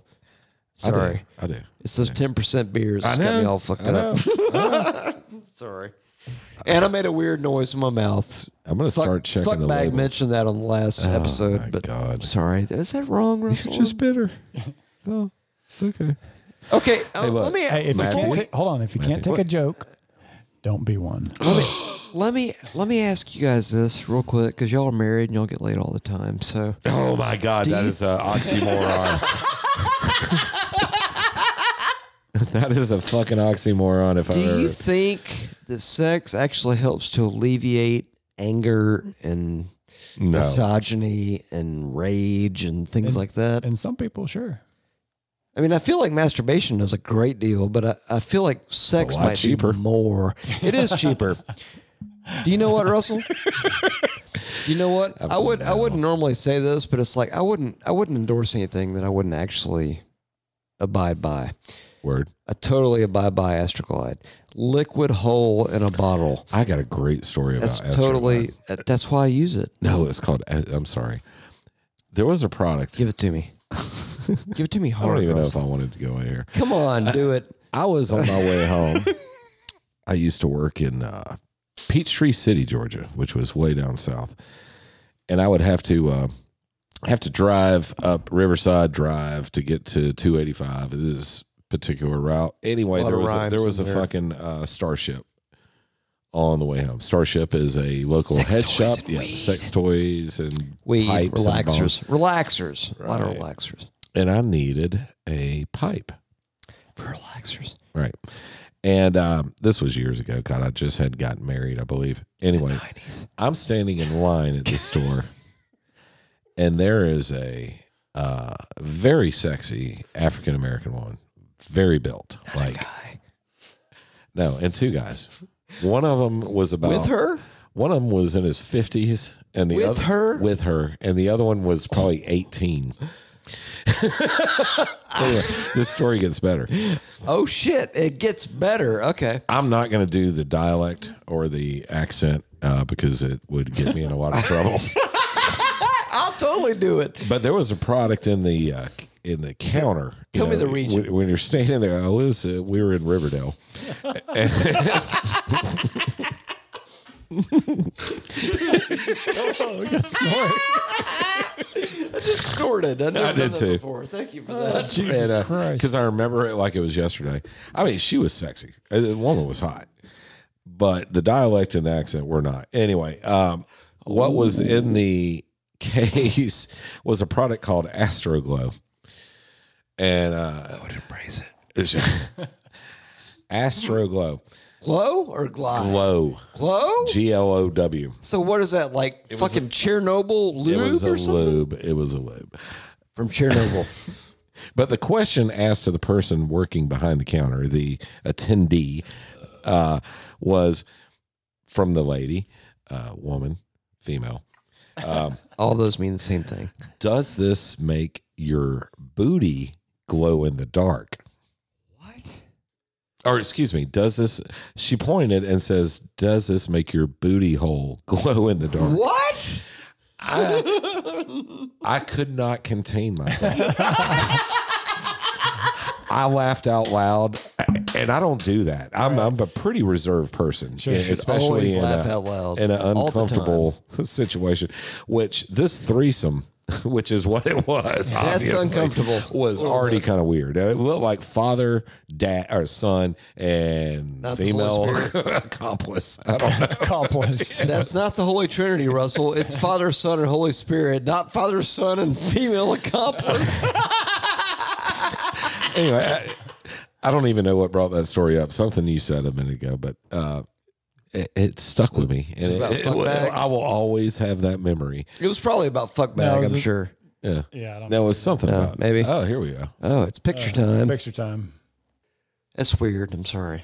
Speaker 2: Sorry.
Speaker 1: I do.
Speaker 2: It's those ten percent beers that's
Speaker 1: I
Speaker 2: got me
Speaker 1: know.
Speaker 2: all fucked up. Sorry. And I made a weird noise in my mouth.
Speaker 1: I'm gonna
Speaker 2: Fuck-
Speaker 1: start checking the
Speaker 2: Fuckbag
Speaker 1: labels. Oh,
Speaker 2: mentioned that on the last episode, but
Speaker 1: God.
Speaker 2: sorry, is that wrong, Russell?
Speaker 1: Just bitter. So it's okay.
Speaker 2: Okay, uh,
Speaker 1: look.
Speaker 2: let me
Speaker 3: Hey, if you
Speaker 1: Matthew?
Speaker 3: can't ta- hold on, if you can't take a joke, don't be one.
Speaker 2: let me let me ask you guys this real quick because y'all are married and y'all get laid all the time. So
Speaker 1: Oh my God,
Speaker 2: Do
Speaker 1: that
Speaker 2: you-
Speaker 1: is an oxymoron. that is a fucking oxymoron. If
Speaker 2: Do
Speaker 1: I
Speaker 2: you
Speaker 1: ever,
Speaker 2: think that sex actually helps to alleviate anger and
Speaker 1: no,
Speaker 2: misogyny and rage and things
Speaker 3: And-
Speaker 2: like that?
Speaker 3: And some people, sure.
Speaker 2: I mean, I feel like masturbation does a great deal, but I, I feel like sex
Speaker 1: lot
Speaker 2: might
Speaker 1: cheaper.
Speaker 2: be more. It is cheaper. Do you know what, Russell? Do you know what? I, would I wouldn't normally say this, but it's like I wouldn't I wouldn't endorse anything that I wouldn't actually abide by.
Speaker 1: word.
Speaker 2: I totally abide by Astroglide. Liquid hole in a bottle.
Speaker 1: I got a great story about
Speaker 2: That's
Speaker 1: Astro
Speaker 2: totally.
Speaker 1: Lab.
Speaker 2: uh, That's why I use it.
Speaker 1: No, it's called. eh, I'm sorry. There was a product.
Speaker 2: Give it to me. Give it to me
Speaker 1: I don't
Speaker 2: hard.
Speaker 1: even know if
Speaker 2: Russell.
Speaker 1: I wanted to go in here.
Speaker 2: Come on, do it.
Speaker 1: I was on my way home. I used to work in uh, Peachtree City, Georgia, which was way down south, and I would have to uh, have to drive up Riverside Drive to get to 285. This particular route, anyway,
Speaker 2: Lot
Speaker 1: there
Speaker 2: of
Speaker 1: was a,
Speaker 2: rhymes
Speaker 1: there was a
Speaker 2: in there.
Speaker 1: fucking uh, Starship on the way home. Starship is a local
Speaker 2: Sex
Speaker 1: head
Speaker 2: toys
Speaker 1: shop,
Speaker 2: and
Speaker 1: yeah,
Speaker 2: weed.
Speaker 1: sex toys and
Speaker 2: Weed,
Speaker 1: pipes and bombs.
Speaker 2: relaxers, relaxers, a lot of
Speaker 1: Right.
Speaker 2: relaxers,
Speaker 1: and I needed a pipe.
Speaker 2: relaxers.
Speaker 1: Right. And um, this was years ago. God, I just had gotten married, I believe. Anyway,
Speaker 2: Nineties.
Speaker 1: I'm standing in line at the store, and there is a uh, very sexy African American woman, very built.
Speaker 2: Oh
Speaker 1: Like,
Speaker 2: guy.
Speaker 1: no, and two guys. One of them was about
Speaker 2: With her?
Speaker 1: One of them was in his fifties, and the
Speaker 2: With
Speaker 1: other
Speaker 2: her?
Speaker 1: with her, and the other one was probably eighteen. anyway, this story gets better.
Speaker 2: Oh shit! It gets better. Okay.
Speaker 1: I'm not going to do the dialect or the accent uh, because it would get me in a lot of trouble.
Speaker 2: I'll totally do it.
Speaker 1: but there was a product in the uh, in the counter. you
Speaker 2: Tell me the region.
Speaker 1: When, when you're standing there, I was uh, we were in Riverdale.
Speaker 2: Sorted. I, never
Speaker 1: I did
Speaker 2: done that
Speaker 1: too. Uh,
Speaker 2: Before. Thank you for that.
Speaker 3: Jesus
Speaker 1: because
Speaker 3: Christ.
Speaker 1: I remember it like it was yesterday. I mean, she was sexy. Uh, The woman was hot, but the dialect and the accent were not. Anyway, um, what was in the case was a product called Astroglow, and uh, I would embrace it. It's just Astroglow,
Speaker 2: Glow or glow?
Speaker 1: glow,
Speaker 2: Glow.
Speaker 1: G L O W.
Speaker 2: So what is that like?
Speaker 1: was
Speaker 2: fucking Chernobyl
Speaker 1: It
Speaker 2: lube
Speaker 1: was a
Speaker 2: or something
Speaker 1: lube. It was a lube.
Speaker 2: from Chernobyl.
Speaker 1: But the question asked to the person working behind the counter, the attendee, uh, was from the lady, uh, woman, female.
Speaker 2: All those mean the same thing.
Speaker 1: Does this make your booty glow in the dark?
Speaker 2: What?
Speaker 1: Or excuse me, does this? She pointed and says, "Does this make your booty hole glow in the dark?"
Speaker 2: What?
Speaker 1: I could not contain myself. I laughed out loud, and I don't do that. I'm, I'm a pretty reserved person,
Speaker 3: Sure,
Speaker 1: and
Speaker 3: should
Speaker 1: especially
Speaker 2: always
Speaker 1: in,
Speaker 2: laugh
Speaker 1: a-
Speaker 2: out loud
Speaker 1: in an
Speaker 2: all the
Speaker 1: uncomfortable situation. Which this threesome, which is what it was, obviously,
Speaker 2: uncomfortable. Oh,
Speaker 1: was
Speaker 2: A little
Speaker 1: already
Speaker 2: bit.
Speaker 1: kind of weird. It looked like father, dad, or son, and
Speaker 2: Not the
Speaker 1: female
Speaker 2: Holy
Speaker 1: accomplice. I don't know.
Speaker 3: Accomplice.
Speaker 2: That's not the Holy Trinity, Russell. It's Father, Son, and Holy Spirit, not Father, Son, and female accomplice.
Speaker 1: anyway, I, I don't even know what brought that story up. Something you said a minute ago, but uh, it, it stuck with me, and it,
Speaker 2: about
Speaker 1: it-
Speaker 2: fuck
Speaker 1: well,
Speaker 2: bag?
Speaker 1: I will always have that memory.
Speaker 2: It was probably about fuckbag,
Speaker 3: No, it was
Speaker 2: I'm
Speaker 3: a-
Speaker 2: sure.
Speaker 1: Yeah,
Speaker 3: yeah, I don't
Speaker 1: that was something
Speaker 2: No,
Speaker 1: about
Speaker 2: maybe.
Speaker 1: Oh, here we go.
Speaker 2: Oh, it's picture
Speaker 1: Uh,
Speaker 2: time.
Speaker 3: Picture time.
Speaker 2: That's weird. I'm sorry.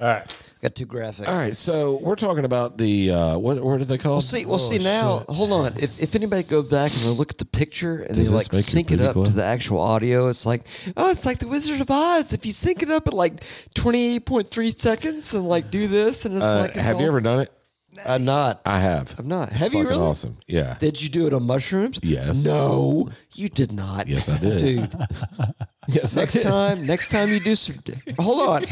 Speaker 3: All right.
Speaker 2: Got too graphic.
Speaker 1: All right, so we're talking about the uh, what? What did they call?
Speaker 2: Well, see, well,
Speaker 1: Oh,
Speaker 2: see now. Hold on. If, if anybody goes back and they look at the picture and
Speaker 1: Does this
Speaker 2: they
Speaker 1: make
Speaker 2: like
Speaker 1: your
Speaker 2: sync it
Speaker 1: booty
Speaker 2: up
Speaker 1: glow?
Speaker 2: to the actual audio, it's like, oh, it's like the Wizard of Oz. If you sync it up at like twenty eight point three seconds and like do this, and it's
Speaker 1: Uh,
Speaker 2: like, it's
Speaker 1: have you
Speaker 2: all-
Speaker 1: ever done it?
Speaker 2: I'm not.
Speaker 1: I have.
Speaker 2: I'm not.
Speaker 1: It's
Speaker 2: Have you
Speaker 1: fucking
Speaker 2: really?
Speaker 1: Awesome. Yeah.
Speaker 2: Did you do it on mushrooms?
Speaker 1: Yes.
Speaker 2: No, you did not.
Speaker 1: Yes, I did.
Speaker 2: dude.
Speaker 1: yes. I
Speaker 2: Next
Speaker 1: did.
Speaker 2: time, next time you do some. Hold on,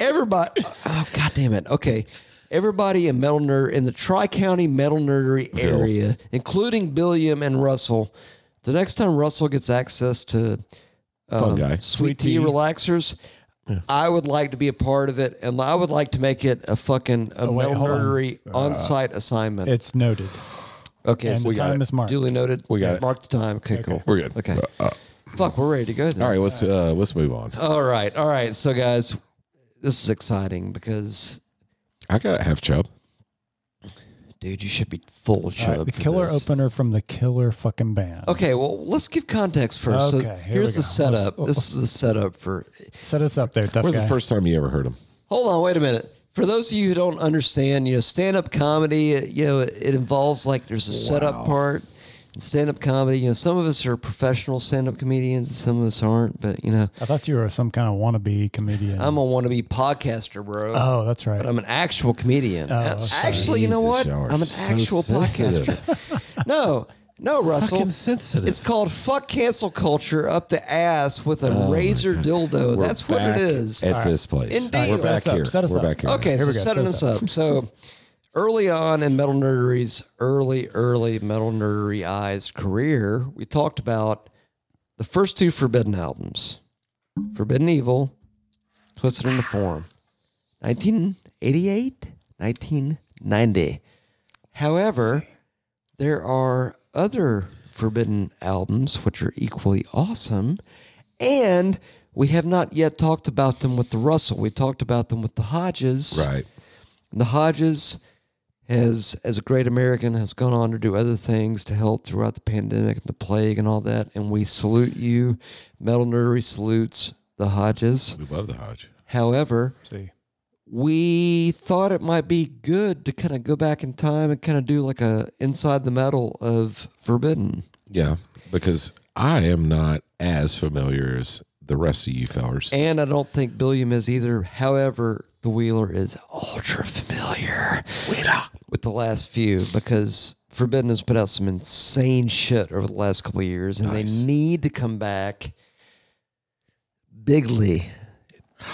Speaker 2: everybody. Oh god damn it. Okay, everybody in Metal Nerd in the Tri County Metal Nerdery area, including Billiam and Russell. The next time Russell gets access to um,
Speaker 1: Fun guy.
Speaker 2: sweet tea relaxers. I would like to be a part of it, and I would like to make it a fucking a
Speaker 3: Oh, wait,
Speaker 2: metal
Speaker 3: hold on.
Speaker 2: nerdery
Speaker 1: Uh,
Speaker 2: on-site assignment.
Speaker 3: It's noted.
Speaker 2: okay,
Speaker 3: And
Speaker 2: so
Speaker 3: the
Speaker 1: got
Speaker 3: time
Speaker 1: it.
Speaker 3: is marked.
Speaker 2: duly noted.
Speaker 1: We got it.
Speaker 2: Mark the time. Okay, cool.
Speaker 1: We're good. Uh,
Speaker 2: Okay. Fuck, we're ready to go. Then.
Speaker 1: All right, let's uh, let's move on.
Speaker 2: All right. All right. So, guys, this is exciting because,
Speaker 1: I got half chub.
Speaker 2: dude, you should be full of
Speaker 3: All right,
Speaker 2: chub.
Speaker 3: the
Speaker 2: for
Speaker 3: killer
Speaker 2: this.
Speaker 3: opener from the killer fucking band.
Speaker 2: Okay. Well, let's give context first. so
Speaker 3: Okay, here we
Speaker 2: here's the
Speaker 3: go.
Speaker 2: setup.
Speaker 3: Let's-
Speaker 2: this is the setup for.
Speaker 3: Set us up there, tough
Speaker 1: Where's
Speaker 3: guy.
Speaker 1: the first time you ever heard him?
Speaker 2: Hold on. Wait a minute. For those of you who don't understand, you know, stand up comedy, uh, you know, it, it involves like there's a setup part. And stand up comedy, you know, some of us are professional stand up comedians, some of us aren't, but, you know,
Speaker 3: I thought you were some kind of wannabe comedian.
Speaker 2: I'm a wannabe podcaster, bro.
Speaker 3: oh, that's right.
Speaker 2: but I'm an actual comedian. A-
Speaker 3: okay.
Speaker 2: actually, you know
Speaker 1: Jesus,
Speaker 2: what?
Speaker 1: y'all are
Speaker 2: I'm an
Speaker 1: so
Speaker 2: actual
Speaker 1: sensitive.
Speaker 2: podcaster. No, no, Russell.
Speaker 1: Fucking sensitive.
Speaker 2: It's called "fuck cancel culture" up the ass with a razor dildo.
Speaker 1: Oh We're
Speaker 2: That's what it
Speaker 1: back
Speaker 2: is.
Speaker 1: At this place.
Speaker 2: Indeed. All right,
Speaker 1: We're
Speaker 2: set
Speaker 1: back
Speaker 3: us up,
Speaker 1: here.
Speaker 3: set us
Speaker 1: We're
Speaker 3: up.
Speaker 1: back here.
Speaker 2: Okay, so
Speaker 3: we go,
Speaker 2: set
Speaker 3: set
Speaker 2: us
Speaker 3: us
Speaker 2: up. So early on in Metal Nerdery's early, early Metal Nerdery Eyes career, we talked about the first two Forbidden albums Forbidden Evil, Twisted into Form, 1988, 1990. However, there are other Forbidden albums which are equally awesome, and we have not yet talked about them with the Russell. We talked about them with the Hodges.
Speaker 1: Right.
Speaker 2: The Hodges has, as a great American, has gone on to do other things to help throughout the pandemic and the plague and all that. And we salute you. Metal Nerdery salutes the Hodges.
Speaker 1: We love the Hodge.
Speaker 2: However,
Speaker 3: See.
Speaker 2: we thought it might be good to kind of go back in time and kind of do like a inside the metal of Forbidden.
Speaker 1: Yeah, because I am not as familiar as the rest of you fellers.
Speaker 2: And I don't think Billiam is either. However, the Wheeler is ultra familiar with the last few because Forbidden has put out some insane shit over the last couple of years, and they need to come back bigly.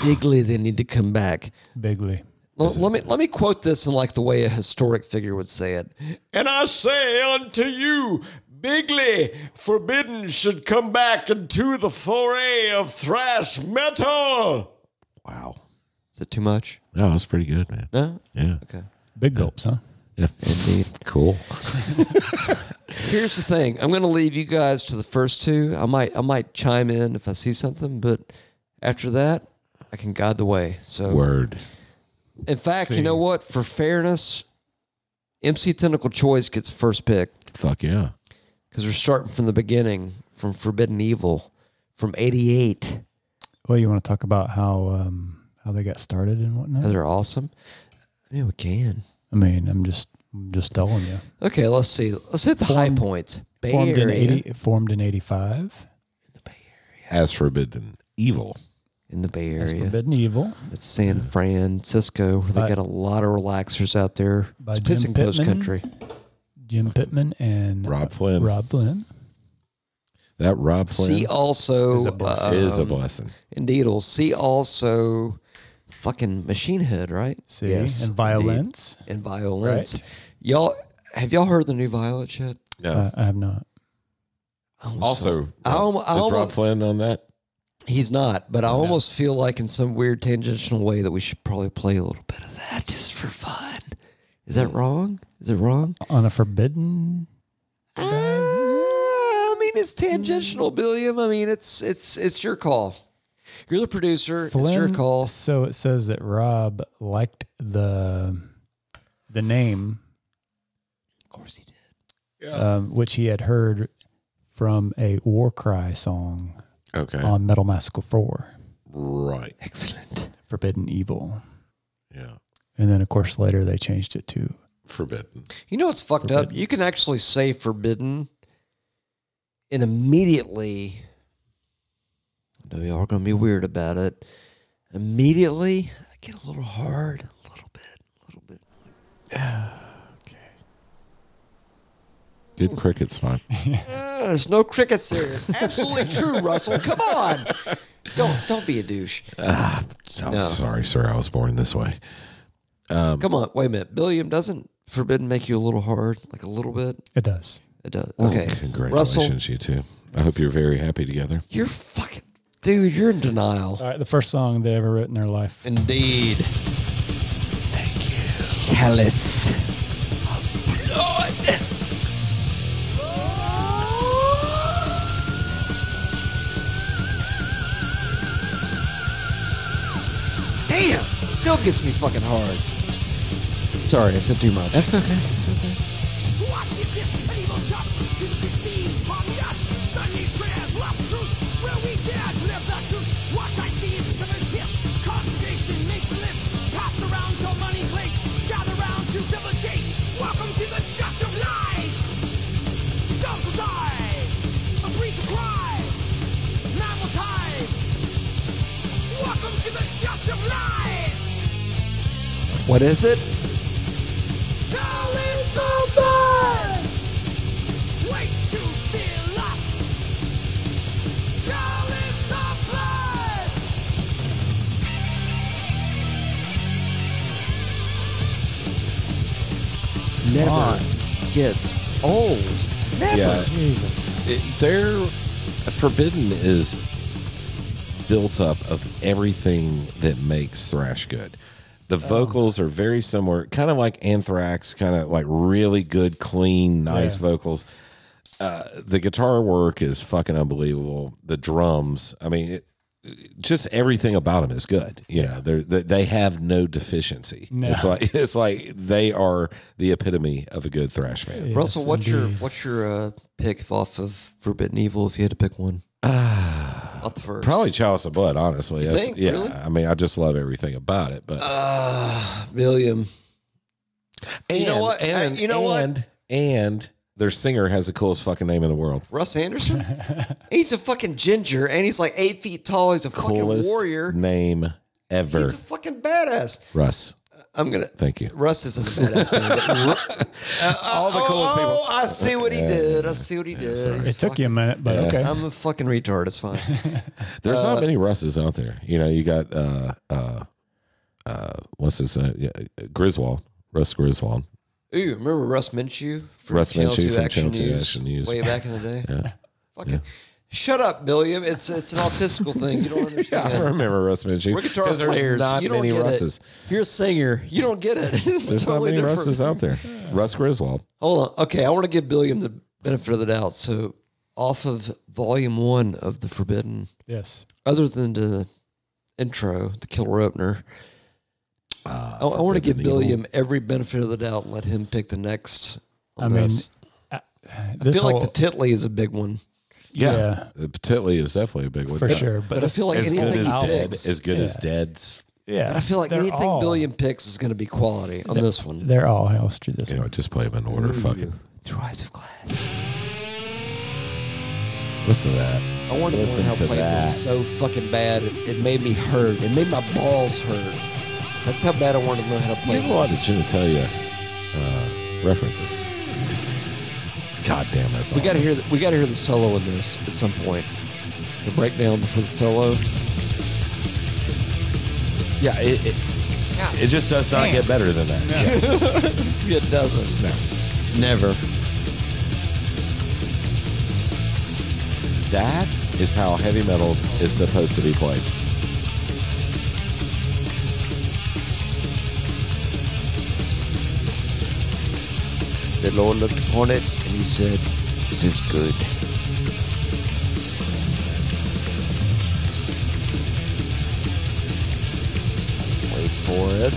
Speaker 2: Bigly, they need to come back.
Speaker 3: Bigly.
Speaker 2: L- let me let me quote this in like the way a historic figure would say it.
Speaker 5: And I say unto you, Bigly Forbidden should come back into the foray of thrash metal.
Speaker 1: Wow.
Speaker 2: Is it too much?
Speaker 1: No, that's pretty good, man.
Speaker 2: No.
Speaker 1: Yeah.
Speaker 2: Okay.
Speaker 3: Big gulps, huh?
Speaker 1: yeah.
Speaker 2: Indeed.
Speaker 1: Cool.
Speaker 2: Here's the thing. I'm going to leave you guys to the first two. I might I might chime in if I see something, but after that, I can guide the way. So,
Speaker 1: Word.
Speaker 2: in fact, you know what? For fairness, MC Tentacle Choice gets first pick
Speaker 1: Fuck yeah.
Speaker 2: because we're starting from the beginning, from Forbidden Evil, from '88.
Speaker 3: Well, you want to talk about how um, how they got started and whatnot?
Speaker 2: They're awesome. I mean, we can.
Speaker 3: I mean, I'm just I'm just telling you.
Speaker 2: Okay, let's see. Let's hit the high points. Bay
Speaker 3: Formed in
Speaker 2: Area.
Speaker 3: eighty. Formed in eighty five.
Speaker 1: As forbidden evil.
Speaker 2: in the Bay Area.
Speaker 3: That's Forbidden Evil
Speaker 2: It's San Francisco, where they
Speaker 3: By-
Speaker 2: got a lot of relaxers out there.
Speaker 3: by
Speaker 2: It's
Speaker 3: Jim
Speaker 2: pissing close
Speaker 3: Pittman.
Speaker 2: country.
Speaker 3: Jim Pittman and
Speaker 1: Rob
Speaker 3: uh,
Speaker 1: Flynn.
Speaker 3: Rob Flynn.
Speaker 1: That Rob Flynn
Speaker 2: See also uh,
Speaker 1: is a blessing.
Speaker 2: in Needles. See also fucking Machine Head, right?
Speaker 3: See,
Speaker 2: Yes,
Speaker 3: and violence.
Speaker 2: indeed. And violence.
Speaker 3: Right.
Speaker 2: Y'all have y'all heard the new Violet yet?
Speaker 1: No.
Speaker 3: Uh, I have not.
Speaker 1: also,
Speaker 2: I almo- I
Speaker 1: is Rob
Speaker 2: almost-
Speaker 1: Flynn on that?
Speaker 2: He's not, but I almost feel like in some weird tangential way that we should probably play a little bit of that just for fun. Is that wrong? Is it wrong?
Speaker 3: On a forbidden.
Speaker 2: Ah, I mean, it's tangential, Billiam. I mean, it's it's it's your call. You're the producer. It's your
Speaker 3: Flynn-
Speaker 2: call.
Speaker 3: So it says that Rob liked the the name,
Speaker 2: Of course he did.
Speaker 3: um, which he had heard from a war cry song
Speaker 1: Okay.
Speaker 3: on Metal Massacre Four,
Speaker 1: right.
Speaker 2: Excellent.
Speaker 3: Forbidden Evil,
Speaker 1: Yeah.
Speaker 3: and then of course later they changed it to
Speaker 1: Forbidden.
Speaker 2: You know what's fucked up? You can actually say forbidden, and immediately. I know y'all are gonna be weird about it. Immediately, I get a little hard, a little bit, a little bit.
Speaker 1: Good cricket spot.
Speaker 2: Uh, there's no cricket series. Absolutely true, Russell. Come on. Don't don't be a douche.
Speaker 1: I'm
Speaker 2: No.
Speaker 1: sorry, sir. I was born this way.
Speaker 2: Come on, wait a minute. Billiam doesn't forbidden make you a little hard, like a little bit.
Speaker 3: it does.
Speaker 2: It does. Okay.
Speaker 1: Congratulations,
Speaker 2: Russell,
Speaker 1: you two. I hope you're very happy together.
Speaker 2: you're fucking Dude, you're in denial.
Speaker 3: All right, the first song they ever wrote in their life.
Speaker 2: Indeed. Thank you. Callous. Damn! Still gets me fucking hard. Sorry, I said too much.
Speaker 1: That's okay. It's okay.
Speaker 7: What is this evil church? Didn't you see on that Sunday prayers lost truth? Will we dare to live the truth? What I see is a kiss. Congregation makes a list. Pass around your money plate. Gather round to double date. Welcome to the church of lies. Dogs will die. A breeze will cry. Man will hide. Welcome to the church of lies.
Speaker 2: What is it?
Speaker 7: Charlie Sober! Wait to feel lost! Charlie Sober!
Speaker 2: Never
Speaker 3: on.
Speaker 2: gets old. Never.
Speaker 1: Yeah.
Speaker 3: Jesus.
Speaker 1: It, their Forbidden is built up of everything that makes thrash good.
Speaker 3: Oh.
Speaker 1: The vocals are very similar, kind of like Anthrax, kind of like really good, clean, nice
Speaker 3: Yeah.
Speaker 1: vocals. Uh, the guitar work is fucking unbelievable. The drums, I mean, it, just everything about them is good. You know, they're, they they have no deficiency.
Speaker 3: No.
Speaker 1: It's like it's like they are the epitome of a good thrash band.
Speaker 2: Russell,
Speaker 3: Yes,
Speaker 2: what's your
Speaker 3: indeed.
Speaker 2: what's your uh, pick off of Forbidden Evil if you had to pick one? Not the first.
Speaker 1: Probably Chalice of Blood, honestly.
Speaker 2: You
Speaker 1: That's-
Speaker 2: think?
Speaker 1: Yeah,
Speaker 2: Really?
Speaker 1: I mean, I just love everything about it. But
Speaker 2: Ah, William.
Speaker 1: and,
Speaker 2: you know what? I-
Speaker 1: And,
Speaker 2: you know what?
Speaker 1: And, and their singer has the coolest fucking name in the world.
Speaker 2: Russ Anderson? he's a fucking ginger and he's like eight feet tall. He's a fucking
Speaker 1: Coolest
Speaker 2: warrior.
Speaker 1: name ever.
Speaker 2: He's a fucking badass.
Speaker 1: Russ,
Speaker 2: I'm gonna.
Speaker 1: thank you.
Speaker 2: Russ isn't a badass. name, but-
Speaker 1: All the coolest
Speaker 2: oh,
Speaker 1: people.
Speaker 2: I see what he did. I see what he did. He's
Speaker 3: It took you a
Speaker 2: fucking-
Speaker 3: minute, but
Speaker 1: Yeah.
Speaker 3: okay.
Speaker 2: I'm a fucking retard. It's fine.
Speaker 1: There's
Speaker 2: Uh,
Speaker 1: not many Russes out there. You know, you got uh uh uh what's his name? Yeah, Griswold. Russ Griswold.
Speaker 2: Ooh, remember Russ Minshew from
Speaker 1: Russ
Speaker 2: Channel
Speaker 1: Minshew
Speaker 2: Two
Speaker 1: from
Speaker 2: Action
Speaker 1: Channel Two
Speaker 2: News,
Speaker 1: Action News.
Speaker 2: way back in the day? Fucking shut up, William. It's it's an autistical thing. You don't understand.
Speaker 1: I remember Russ Minshew.
Speaker 2: We're guitar
Speaker 1: 'cause there's
Speaker 2: players.
Speaker 1: not
Speaker 2: you don't
Speaker 1: many
Speaker 2: get
Speaker 1: Russes.
Speaker 2: It. You're a singer. You don't get it. It's
Speaker 1: There's
Speaker 2: totally
Speaker 1: not many
Speaker 2: different.
Speaker 1: Russes out there. Russ Griswold.
Speaker 2: Hold on. Okay, I want to give Billiam the benefit of the doubt. So, off of volume one of the Forbidden,
Speaker 3: Yes.
Speaker 2: other than the intro, the killer opener, I, I want to give
Speaker 1: Ah, Forbidden Evil.
Speaker 2: Billiam every benefit of the doubt and let him pick the next.
Speaker 3: I
Speaker 2: On
Speaker 3: mean,
Speaker 2: this. I
Speaker 3: This
Speaker 2: feel
Speaker 3: whole,
Speaker 2: like the Titley is a big one.
Speaker 3: yeah,
Speaker 1: The Uh, Titley is definitely a big one.
Speaker 3: for
Speaker 1: Yeah.
Speaker 3: sure. But,
Speaker 2: But I feel like
Speaker 1: As
Speaker 2: anything
Speaker 1: good as
Speaker 2: he
Speaker 1: dead,
Speaker 2: picks,
Speaker 1: as good as
Speaker 3: Yeah.
Speaker 1: dead's
Speaker 3: yeah,
Speaker 2: I feel like
Speaker 3: they're
Speaker 2: anything
Speaker 3: all-
Speaker 2: Billiam picks is going to be quality on this one.
Speaker 3: They're all house through this
Speaker 1: You know,
Speaker 3: one.
Speaker 1: just play them in order. Fucking
Speaker 2: Through eyes of glass.
Speaker 1: listen to that.
Speaker 2: I wanted to learn
Speaker 1: Listen
Speaker 2: how
Speaker 1: to
Speaker 2: to play
Speaker 1: that.
Speaker 2: this so fucking bad. It, it made me hurt. It made my balls hurt. That's how bad I wanted to learn how to
Speaker 1: You
Speaker 2: play
Speaker 1: have a lot of
Speaker 2: this.
Speaker 1: genitalia uh, references. God damn, that's
Speaker 2: We gotta
Speaker 1: awesome.
Speaker 2: hear. The, we gotta hear the solo in this at some point. The breakdown before the solo.
Speaker 1: Yeah, it, it, it just does not get better than that.
Speaker 2: It doesn't. Never.
Speaker 1: That is how heavy metals is supposed to be played.
Speaker 2: The Lord looked upon it and he said, "This is good." Wait for it.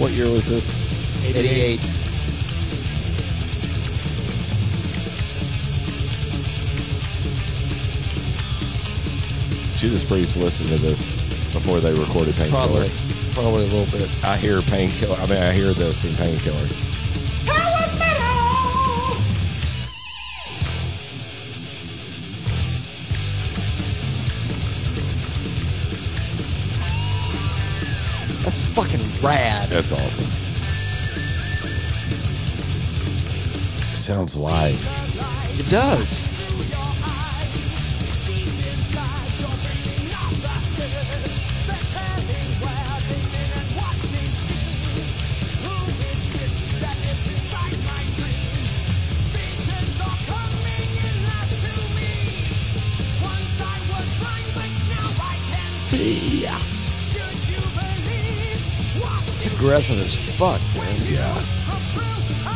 Speaker 1: What year was this?
Speaker 2: 88.
Speaker 1: Judas Priest listened to this before they recorded Painkiller.
Speaker 2: Probably. Probably a little bit.
Speaker 1: I hear Painkiller. I mean, I hear this in Painkiller.
Speaker 7: Power metal!
Speaker 2: That's fucking rad.
Speaker 1: That's awesome. Sounds live.
Speaker 2: It does.
Speaker 7: Who is this that lives inside my dream? Visions are coming
Speaker 2: me. It's aggressive as fuck, man.
Speaker 1: Yeah.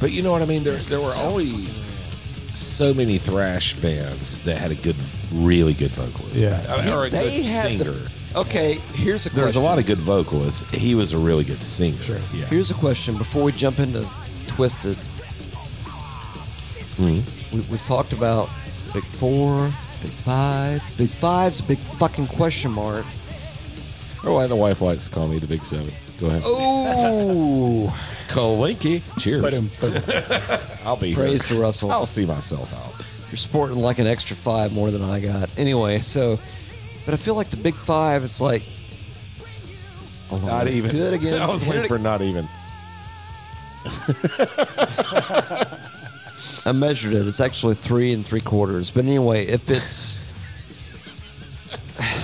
Speaker 1: But you know what I mean? There, there were only so many thrash bands that had a good, really good vocalist.
Speaker 3: Yeah.
Speaker 1: I- Or a good
Speaker 2: had the-
Speaker 1: singer.
Speaker 2: okay, here's a question.
Speaker 1: There's a lot of good vocalists. He was a really good singer. Yeah.
Speaker 2: Here's a question before we jump into Twisted.
Speaker 1: Hmm?
Speaker 2: We, we've talked about Big Four, Big Five. Big Five's a big fucking question mark.
Speaker 1: Or why Oh, the wife likes to call me the Big Seven. Go ahead.
Speaker 2: Oh,
Speaker 1: Kolinky. Cheers.
Speaker 3: But, um, but
Speaker 1: I'll be
Speaker 2: praise
Speaker 1: here.
Speaker 2: to Russell. Oh,
Speaker 1: I'll see myself out.
Speaker 2: You're sporting like an extra five more than I got. Anyway, so, but I feel like the Big Five, it's like. Hold on,
Speaker 1: Not even.
Speaker 2: Do it again.
Speaker 1: I was
Speaker 2: Hit
Speaker 1: waiting
Speaker 2: it
Speaker 1: for not even.
Speaker 2: I measured it. It's actually three and three quarters. But anyway, if it's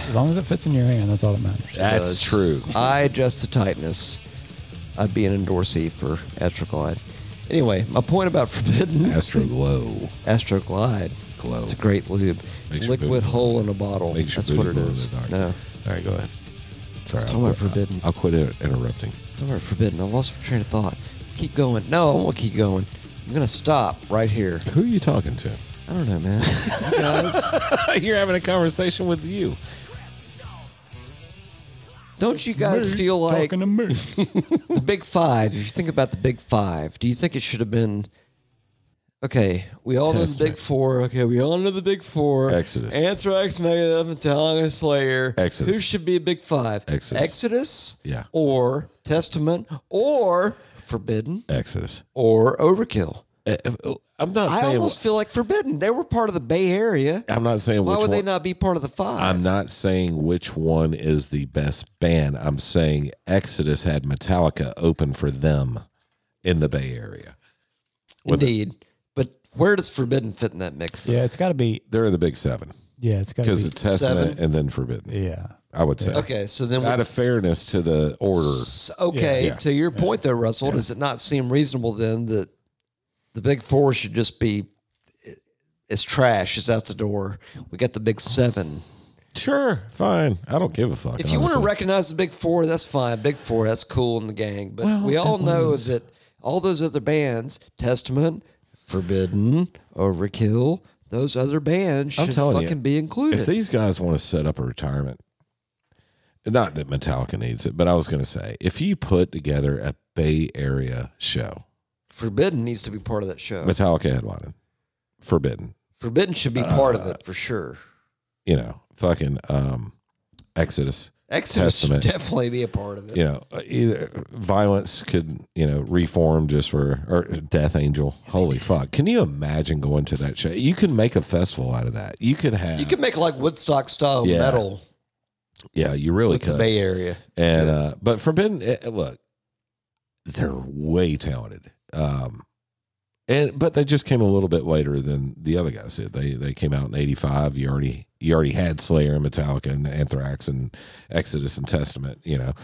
Speaker 3: as long as it fits in your hand, that's all that matters.
Speaker 1: That's
Speaker 2: does. Uh,
Speaker 1: true.
Speaker 2: I adjust to tightness, I'd be an endorsee for Astroglide. Anyway, my point about Forbidden
Speaker 1: Astro Glow.
Speaker 2: Astroglide.
Speaker 1: Glow.
Speaker 2: It's a great lube.
Speaker 1: Makes your
Speaker 2: Liquid
Speaker 1: booty
Speaker 2: hole in a bottle.
Speaker 1: Makes your
Speaker 2: That's what it
Speaker 1: booty glow in
Speaker 2: is.
Speaker 1: the dark.
Speaker 2: No.
Speaker 1: All right, go ahead. Sorry,
Speaker 2: talk about Forbidden.
Speaker 1: I'll quit inter- interrupting.
Speaker 2: Don't worry, Forbidden. I lost my train of thought. Keep going. No, I won't keep going. I'm going to stop right here.
Speaker 1: Who are you talking to?
Speaker 2: I don't know, man. You guys,
Speaker 1: You're having a conversation with you.
Speaker 2: don't you guys feel like
Speaker 3: talking to me?
Speaker 2: the big five. If you think about the big five, do you think it should have been okay? We all know the
Speaker 1: Testament.
Speaker 2: big four. Okay, we all know the big four.
Speaker 1: Exodus.
Speaker 2: Anthrax, Megadeth, Metallica, Slayer.
Speaker 1: Exodus.
Speaker 2: Who should be a big five?
Speaker 1: Exodus.
Speaker 2: Exodus.
Speaker 1: Yeah.
Speaker 2: Or Testament. Or Forbidden.
Speaker 1: Exodus.
Speaker 2: Or Overkill.
Speaker 1: Uh, uh, I'm not
Speaker 2: I
Speaker 1: saying.
Speaker 2: almost feel like Forbidden. They were part of the Bay Area.
Speaker 1: I'm not saying
Speaker 2: Why
Speaker 1: which
Speaker 2: would
Speaker 1: one.
Speaker 2: they not be part of the 5
Speaker 1: I'm not saying which one is the best band. I'm saying Exodus had Metallica open for them in the Bay Area. with it.
Speaker 2: Indeed. But where does Forbidden fit in that mix? then?
Speaker 3: Yeah, it's got to be.
Speaker 1: They're in the Big Seven
Speaker 3: Yeah, it's got to
Speaker 1: because
Speaker 3: be.
Speaker 1: it's Testament and then Forbidden.
Speaker 3: yeah,
Speaker 1: I would say.
Speaker 2: Okay, so then we
Speaker 1: Out of fairness to the order,
Speaker 2: S- Okay,
Speaker 1: Yeah.
Speaker 2: to your point though, Russell, does it not seem reasonable then that the big four should just be it's trash, it's out the door. We got the big seven.
Speaker 1: sure, fine. I don't give a fuck.
Speaker 2: If you want to
Speaker 1: honestly.
Speaker 2: recognize the big four, that's fine. Big four, that's cool in the gang. But we all know that all those other bands, Testament, Forbidden, Overkill, those other bands
Speaker 1: I'm
Speaker 2: should
Speaker 1: telling you,
Speaker 2: fucking be included.
Speaker 1: if these guys want to set up a retirement, not that Metallica needs it, but I was going to say, if you put together a Bay Area show,
Speaker 2: Forbidden needs to be part of that show.
Speaker 1: Metallica headlining, Forbidden,
Speaker 2: Forbidden should be part
Speaker 1: uh,
Speaker 2: of it for sure.
Speaker 1: you know, fucking um, Exodus,
Speaker 2: Exodus
Speaker 1: Testament.
Speaker 2: should definitely be a part of it.
Speaker 1: you know, uh, either violence could, you know, reform just for, or Death Angel. Holy fuck. Can you imagine going to that show? You can make a festival out of that. You could have,
Speaker 2: You could make like Woodstock style
Speaker 1: Yeah,
Speaker 2: metal
Speaker 1: yeah, you really
Speaker 2: with the
Speaker 1: could.
Speaker 2: Bay Area.
Speaker 1: And uh but Forbidden eh, eh, look, they're way talented. Um and but they just came a little bit later than the other guys did. They they came out in eighty five. You already you already had Slayer and Metallica and Anthrax and Exodus and Testament, you know.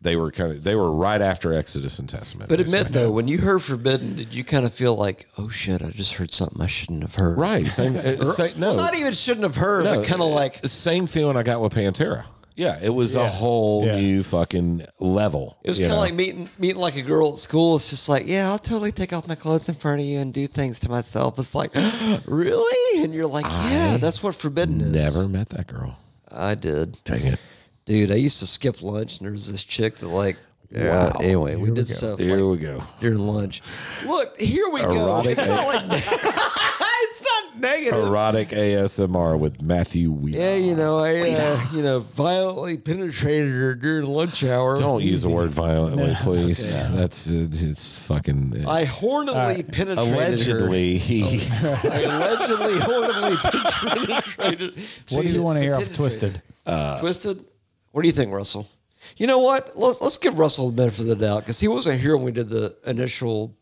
Speaker 1: They were kind of they were right after Exodus and Testament.
Speaker 2: But admit
Speaker 1: basically.
Speaker 2: though, when you heard Forbidden, did you kind of feel like, oh shit, I just heard something I shouldn't have heard?
Speaker 1: Right. Same, eh, same no.
Speaker 2: Well, not e-, even shouldn't have heard,
Speaker 1: no,
Speaker 2: but kind of like it
Speaker 1: same feeling I got with Pantera. Yeah, it was a whole
Speaker 3: Yeah.
Speaker 1: new fucking level.
Speaker 2: was
Speaker 1: you
Speaker 2: kind of
Speaker 1: know?
Speaker 2: like meeting meeting like a girl at school. It's just like, yeah, I'll totally take off my clothes in front of you and do things to myself. It's like, really? And you're like, yeah, that's what Forbidden is.
Speaker 1: never met that girl.
Speaker 2: I did.
Speaker 1: Dang it.
Speaker 2: Dude, I used to skip lunch, and there was this chick that like. Wow. anyway, we did stuff
Speaker 1: Here
Speaker 2: like
Speaker 1: we go.
Speaker 2: during lunch. Look, here we
Speaker 1: Erotic
Speaker 2: go. It's not like it's not negative.
Speaker 1: Erotic ASMR with Matthew Wheat.
Speaker 2: Yeah, you know, I uh, you know violently penetrated her during lunch hour.
Speaker 1: Don't use the word violently, please. That's uh, it's fucking. uh,
Speaker 2: I hornily penetrated
Speaker 1: allegedly, he
Speaker 2: her. I allegedly hornily penetrated.
Speaker 3: What do you want to hear off
Speaker 2: Didn't
Speaker 3: Twisted?
Speaker 2: Twisted. What do you think, Russell? You know what? Let's let's give Russell the benefit of the doubt because he wasn't here when we did the initial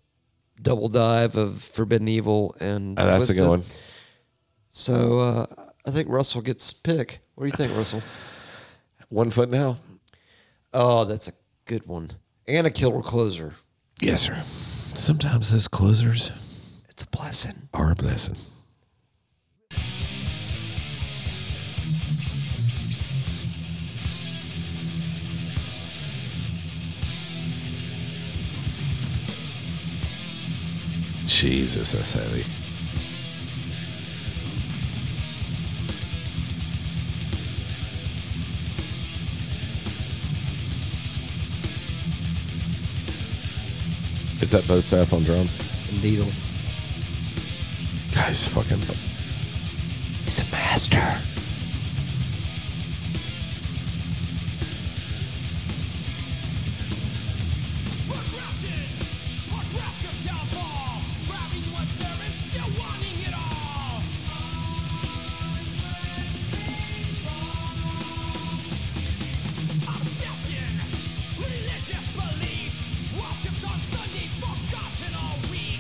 Speaker 2: double dive of Forbidden Evil and
Speaker 1: Ah, that's a
Speaker 2: Twisted.
Speaker 1: good one.
Speaker 2: So uh, I think Russell gets pick. What do you think, Russell?
Speaker 1: One foot now.
Speaker 2: Oh, that's a good one. and a killer closer.
Speaker 1: Yes, sir. Sometimes those closers
Speaker 2: It's a blessing.
Speaker 1: are a blessing. Jesus, that's heavy. Is that bow staff on drums?
Speaker 2: Needle.
Speaker 1: Guys, fucking.
Speaker 2: He's a master.
Speaker 7: Progression, progressive downfall. Grabbing what's there and still wanting it all. Obsession, religious belief, worshipped on Sunday, forgotten all week.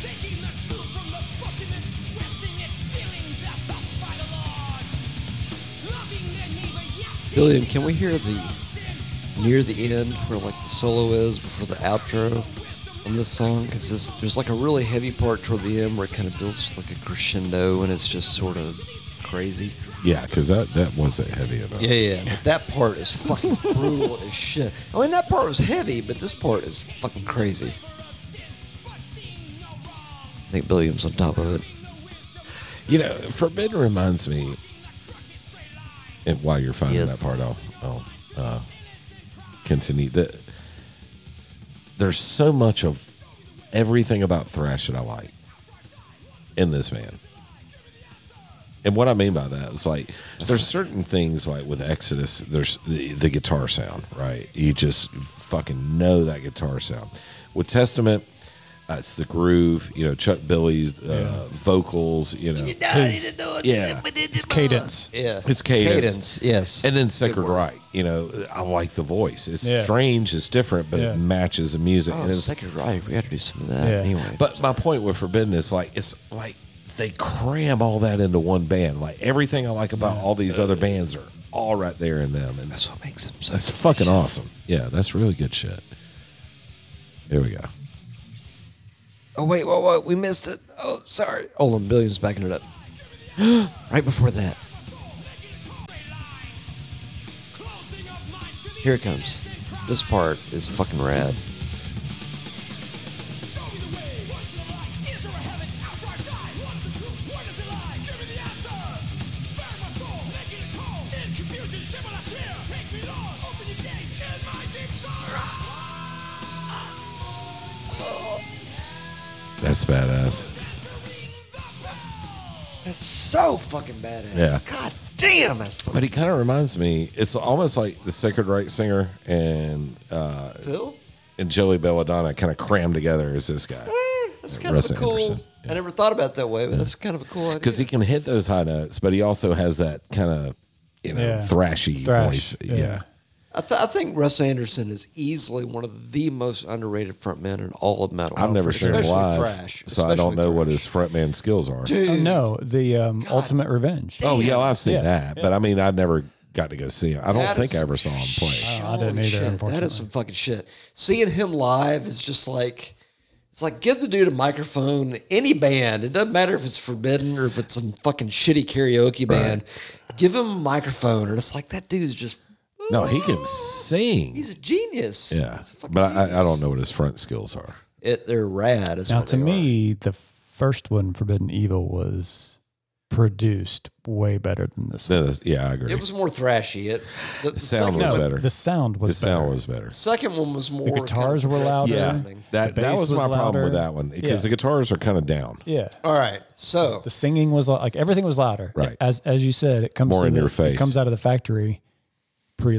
Speaker 7: Taking the truth from the book and then twisting it, feeling that's us by the Lord. Loving their neighbor yet.
Speaker 2: Billiam,
Speaker 7: hating
Speaker 2: can we hear the near the end where like the solo is before the outro on this song? Because there's like a really heavy part toward the end where it kind of builds to like a crescendo and it's just sort of crazy.
Speaker 1: Yeah, because that, that wasn't heavy enough.
Speaker 2: Yeah, yeah. But that part is fucking brutal as shit. I mean, that part was heavy, but this part is fucking crazy. I think Billiam's on top of it.
Speaker 1: You know, Forbidden reminds me, and while you're finding
Speaker 2: Yes.
Speaker 1: that part, I'll, I'll uh, continue. That there's so much of everything about thrash that I like in this man. And what I mean by that is like there's certain things like with Exodus, there's the, the guitar sound, right? You just fucking know that guitar sound. With Testament, uh, it's the groove, you know, Chuck Billy's uh, vocals, you know,
Speaker 3: His,
Speaker 1: yeah,
Speaker 3: his cadence.
Speaker 2: Yeah.
Speaker 1: It's cadence.
Speaker 2: yes.
Speaker 1: and then Sacred Right, you know, I like the voice. It's
Speaker 3: Yeah.
Speaker 1: strange, it's different, but
Speaker 3: Yeah.
Speaker 1: it matches the music.
Speaker 2: oh,
Speaker 1: and it's,
Speaker 2: second right. We got to do some of that
Speaker 3: Yeah.
Speaker 2: anyway.
Speaker 1: But my point with Forbidden is like it's like they cram all that into one band. Like everything I like about all these other bands are all right there in them, and that's
Speaker 2: that's what makes them so
Speaker 1: that's fucking
Speaker 2: delicious.
Speaker 1: awesome. Yeah, that's really good shit. Here we go.
Speaker 2: Oh wait, whoa, whoa, we missed it. Oh, sorry. Hold on, Billiam's backing it up. right before that. Here it comes. This part is fucking rad.
Speaker 1: That's badass.
Speaker 2: That's so fucking badass.
Speaker 1: Yeah.
Speaker 2: God damn, that's fucking
Speaker 1: But he kind of reminds me. It's almost like the Sacred Right singer and uh,
Speaker 2: Phil.
Speaker 1: and Joey Belladonna kind of crammed together as this guy.
Speaker 2: Eh, That's
Speaker 1: Yeah,
Speaker 2: kind
Speaker 1: Russ
Speaker 2: of a cool.
Speaker 1: Anderson.
Speaker 2: I never thought about it that way, but that's kind of a cool idea.
Speaker 1: because he can hit those high notes, but he also has that kind of you know
Speaker 3: Yeah.
Speaker 1: thrashy
Speaker 3: Thrash,
Speaker 1: voice. Yeah.
Speaker 3: yeah.
Speaker 2: I, th- I think Russ Anderson is easily one of the most underrated frontmen in all of metal.
Speaker 3: Oh,
Speaker 1: I've never seen him
Speaker 2: Especially
Speaker 1: live,
Speaker 2: thrash,
Speaker 1: so I don't
Speaker 2: especially
Speaker 1: know what
Speaker 2: thrash.
Speaker 1: his frontman skills are.
Speaker 3: Oh, no, the um, Ultimate Revenge.
Speaker 1: Oh yeah, well, I've seen
Speaker 3: Yeah.
Speaker 1: that, but I mean, I never got to go see him. I don't
Speaker 2: That
Speaker 1: think
Speaker 2: is
Speaker 1: I ever saw him play.
Speaker 3: Oh, I didn't
Speaker 2: Holy
Speaker 3: either,
Speaker 2: shit, That
Speaker 3: unfortunately.
Speaker 2: is some fucking shit. Seeing him live is just like it's like give the dude a microphone, any band. It doesn't matter if it's forbidden or if it's some fucking shitty karaoke band. Give him a microphone, and it's like that dude's just
Speaker 1: No, he can sing.
Speaker 2: he's a genius.
Speaker 1: Yeah,
Speaker 2: He's a fucking
Speaker 1: but I, I
Speaker 2: genius.
Speaker 1: don't know what his front skills are.
Speaker 2: It, they're rad. Is
Speaker 3: Now,
Speaker 2: what
Speaker 3: to
Speaker 2: they are.
Speaker 3: me, the first one, Forbidden Evil, was produced way better than this one.
Speaker 1: No, that's- Yeah, I agree.
Speaker 2: it was more thrashy. It the, the
Speaker 1: Sound
Speaker 2: second
Speaker 1: was
Speaker 2: one-
Speaker 1: better.
Speaker 3: The sound
Speaker 1: the
Speaker 3: was
Speaker 1: sound
Speaker 3: better.
Speaker 1: was better.
Speaker 2: Second one was more.
Speaker 3: guitars
Speaker 2: kind of
Speaker 3: were louder.
Speaker 2: progressive
Speaker 1: Yeah,
Speaker 2: sounding.
Speaker 1: that that
Speaker 3: bass
Speaker 1: was,
Speaker 3: was
Speaker 1: my problem with
Speaker 3: louder.
Speaker 1: that one because
Speaker 3: Yeah.
Speaker 1: the guitars are kind of down.
Speaker 3: Yeah.
Speaker 2: All right, so
Speaker 3: The singing was like, like everything was louder.
Speaker 1: Right.
Speaker 3: As as you said, it comes
Speaker 1: More
Speaker 3: to
Speaker 1: in
Speaker 3: the-
Speaker 1: your face.
Speaker 3: It comes out of the factory pretty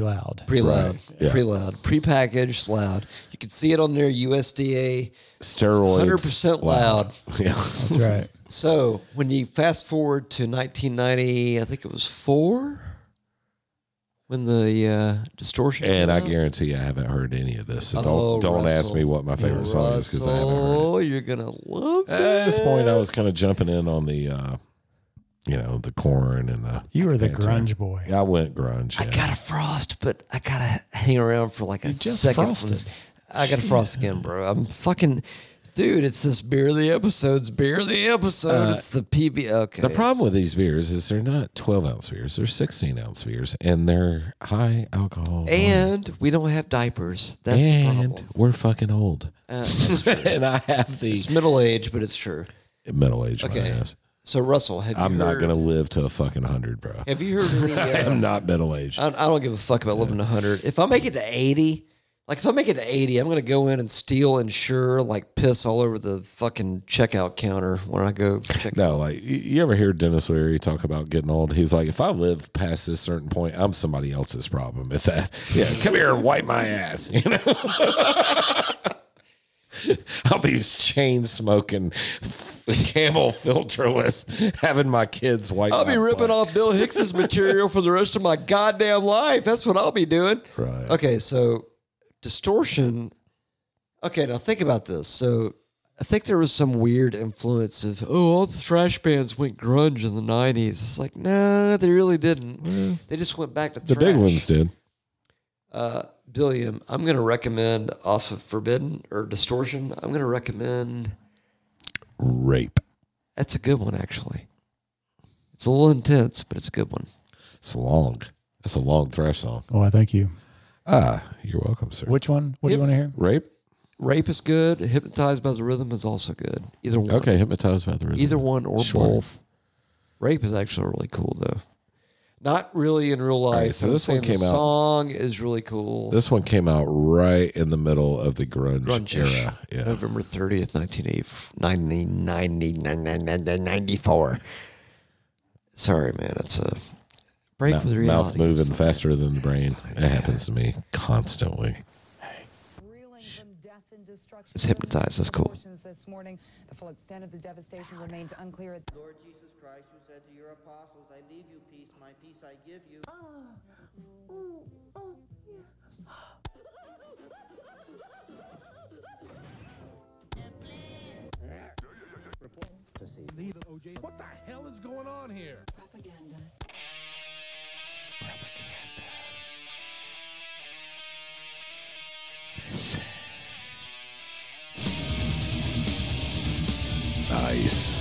Speaker 3: loud.
Speaker 2: Pretty loud,
Speaker 1: Yeah.
Speaker 2: pretty loud, prepackaged loud. You can see it on their USDA
Speaker 1: Steroids,
Speaker 2: 100% loud.
Speaker 1: Yeah,
Speaker 3: That's right.
Speaker 2: So when you fast forward to 1990, I think it was four, when the uh, distortion.
Speaker 1: and
Speaker 2: came
Speaker 1: I
Speaker 2: out.
Speaker 1: guarantee I haven't heard any of this. So don't
Speaker 2: Oh,
Speaker 1: don't ask
Speaker 2: Russell.
Speaker 1: me what my favorite song is because I haven't heard it.
Speaker 2: Russell, you're gonna Oh, love
Speaker 1: At
Speaker 2: it.
Speaker 1: this point, I was kind of jumping in on the uh, you know, the corn and the.
Speaker 3: You were the
Speaker 1: Yeah,
Speaker 3: grunge boy.
Speaker 1: I went grunge.
Speaker 2: I
Speaker 1: yeah.
Speaker 2: got a frost, but I gotta hang around for like a
Speaker 3: just
Speaker 2: second.
Speaker 3: frosted.
Speaker 2: I got a frost again, bro. I'm fucking, dude. It's this beer of the episodes. Beer of the episode. it's the PB. Okay.
Speaker 1: Uh, The problem with these beers is they're not 12 ounce beers, they're 16 ounce beers, and they're high alcohol.
Speaker 2: it's- and we don't have diapers. That's the
Speaker 1: and
Speaker 2: problem.
Speaker 1: we're fucking old.
Speaker 2: Uh, that's true.
Speaker 1: and I have the
Speaker 2: it's middle age, but it's true.
Speaker 1: middle aged
Speaker 2: Okay.
Speaker 1: ass.
Speaker 2: So Russell, have
Speaker 1: I'm
Speaker 2: you
Speaker 1: not
Speaker 2: heard,
Speaker 1: going to live to a fucking 100, bro.
Speaker 2: Have you heard? of The,
Speaker 1: I
Speaker 2: uh,
Speaker 1: am not middle aged.
Speaker 2: I, I don't give a fuck about living to 100. If I make it to 80, like if I make it to 80, I'm going to go in and steal, insure, like piss all over the fucking checkout counter when I go check
Speaker 1: No, like y- you ever hear Dennis Leary talk about getting old? He's like, if I live past this certain point, I'm somebody else's problem. If that, yeah, come here and wipe my ass. You know, I'll be chain smoking, f- camel filterless, having my kids wipe.
Speaker 2: I'll
Speaker 1: my
Speaker 2: be ripping
Speaker 1: butt.
Speaker 2: off Bill Hicks's material for the rest of my goddamn life. That's what I'll be doing.
Speaker 1: Right.
Speaker 2: Okay, so distortion. Okay, now think about this. So I think there was some weird influence of, oh, all the thrash bands went grunge in the 90s. It's like, no, they really didn't. They just went back to
Speaker 1: The big
Speaker 2: thrash.
Speaker 1: ones did.
Speaker 2: Uh, Billiam, I'm going to recommend off of Forbidden or Distortion. I'm going to recommend.
Speaker 1: Rape.
Speaker 2: That's a good one, actually. It's a little intense, but it's a good one.
Speaker 1: It's long. That's a long thrash song.
Speaker 3: Oh, I thank you.
Speaker 1: Ah, you're welcome, sir.
Speaker 3: Which one? What do you want to hear?
Speaker 1: Rape.
Speaker 2: Rape is good. Hypnotized by the Rhythm is also good. Either one.
Speaker 1: Okay, hypnotized by the rhythm.
Speaker 2: Either one or
Speaker 1: Sure.
Speaker 2: both. Rape is actually really cool, though. Not really in real life.
Speaker 1: right, so
Speaker 2: I'm
Speaker 1: this one
Speaker 2: saying the
Speaker 1: came out-
Speaker 2: song is really cool.
Speaker 1: This one came out right in the middle of the grunge
Speaker 2: Grunge-ish.
Speaker 1: era. Yeah.
Speaker 2: November 30th, 1994. Sorry, man. It's a break
Speaker 1: Mou-
Speaker 2: with
Speaker 1: mouth
Speaker 2: reality.
Speaker 1: moving faster than the brain. It happens to me constantly.
Speaker 8: reeling from death and destruction.
Speaker 2: It's hypnotized. That's cool.
Speaker 8: Proportions This morning, the full extent of the devastation remains unclear.
Speaker 9: Lord Jesus Christ, who said to your apostles, I leave you peace, my peace I give you.
Speaker 1: Nice.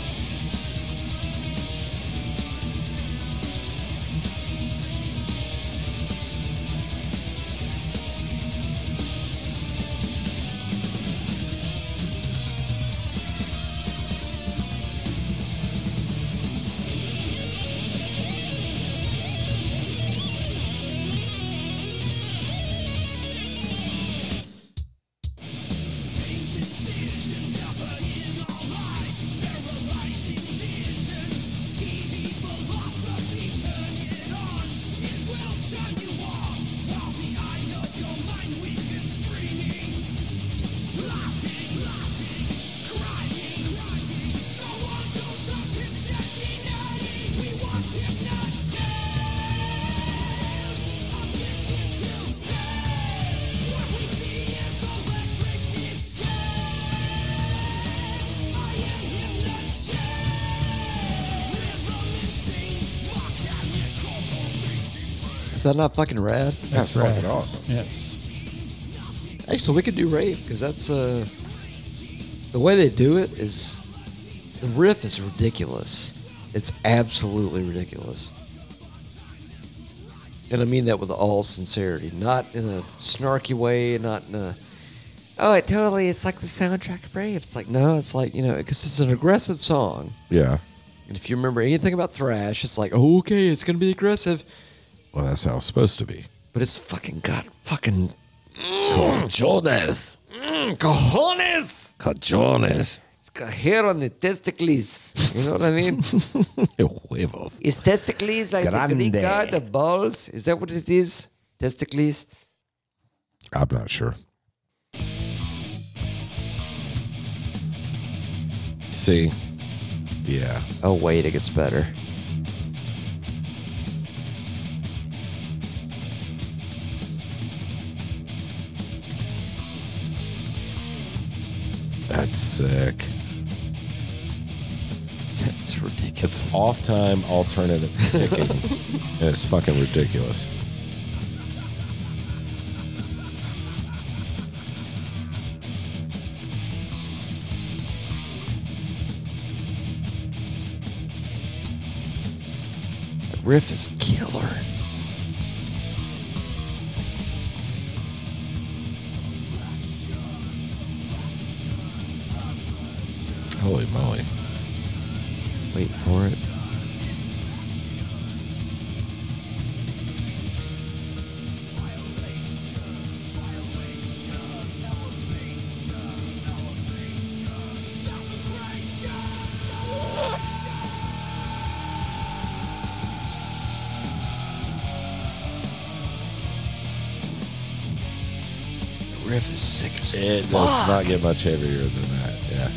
Speaker 2: Is that not fucking rad?
Speaker 1: That's fucking awesome.
Speaker 3: Yes.
Speaker 2: Hey, so we could do rape because that's uh, the way they do it is the riff is ridiculous. It's absolutely ridiculous. And I mean that with all sincerity, not in a snarky way, not in a, oh, it totally, it's like the soundtrack of Rape. It's like, no, it's like, you know, because it's an aggressive song.
Speaker 1: Yeah.
Speaker 2: And if you remember anything about thrash, it's like, oh, okay, it's going to be aggressive.
Speaker 1: Well, that's how it's supposed to be.
Speaker 2: But it's fucking got fucking
Speaker 1: Cajones.
Speaker 2: Mm, cojones.
Speaker 1: Cajones.
Speaker 2: It's got hair on the testicles. You know what I mean?
Speaker 1: Huevos.
Speaker 2: Is testicles like the Greek
Speaker 1: Grande.
Speaker 2: god of balls? Is that what it is? Testicles?
Speaker 1: I'm not sure. See? Yeah.
Speaker 2: Oh, wait, it gets better.
Speaker 1: That's sick.
Speaker 2: That's It's ridiculous.
Speaker 1: It's off time alternative picking. and it's fucking ridiculous.
Speaker 2: That riff is killer.
Speaker 1: Holy moly.
Speaker 2: Wait for it. The Riff is sick as
Speaker 1: It does not get much heavier than that. Yeah.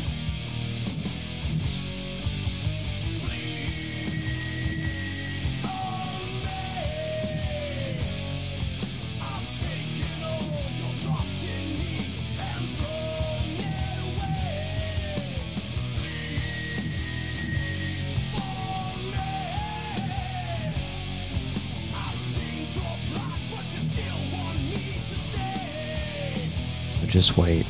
Speaker 2: Just wait.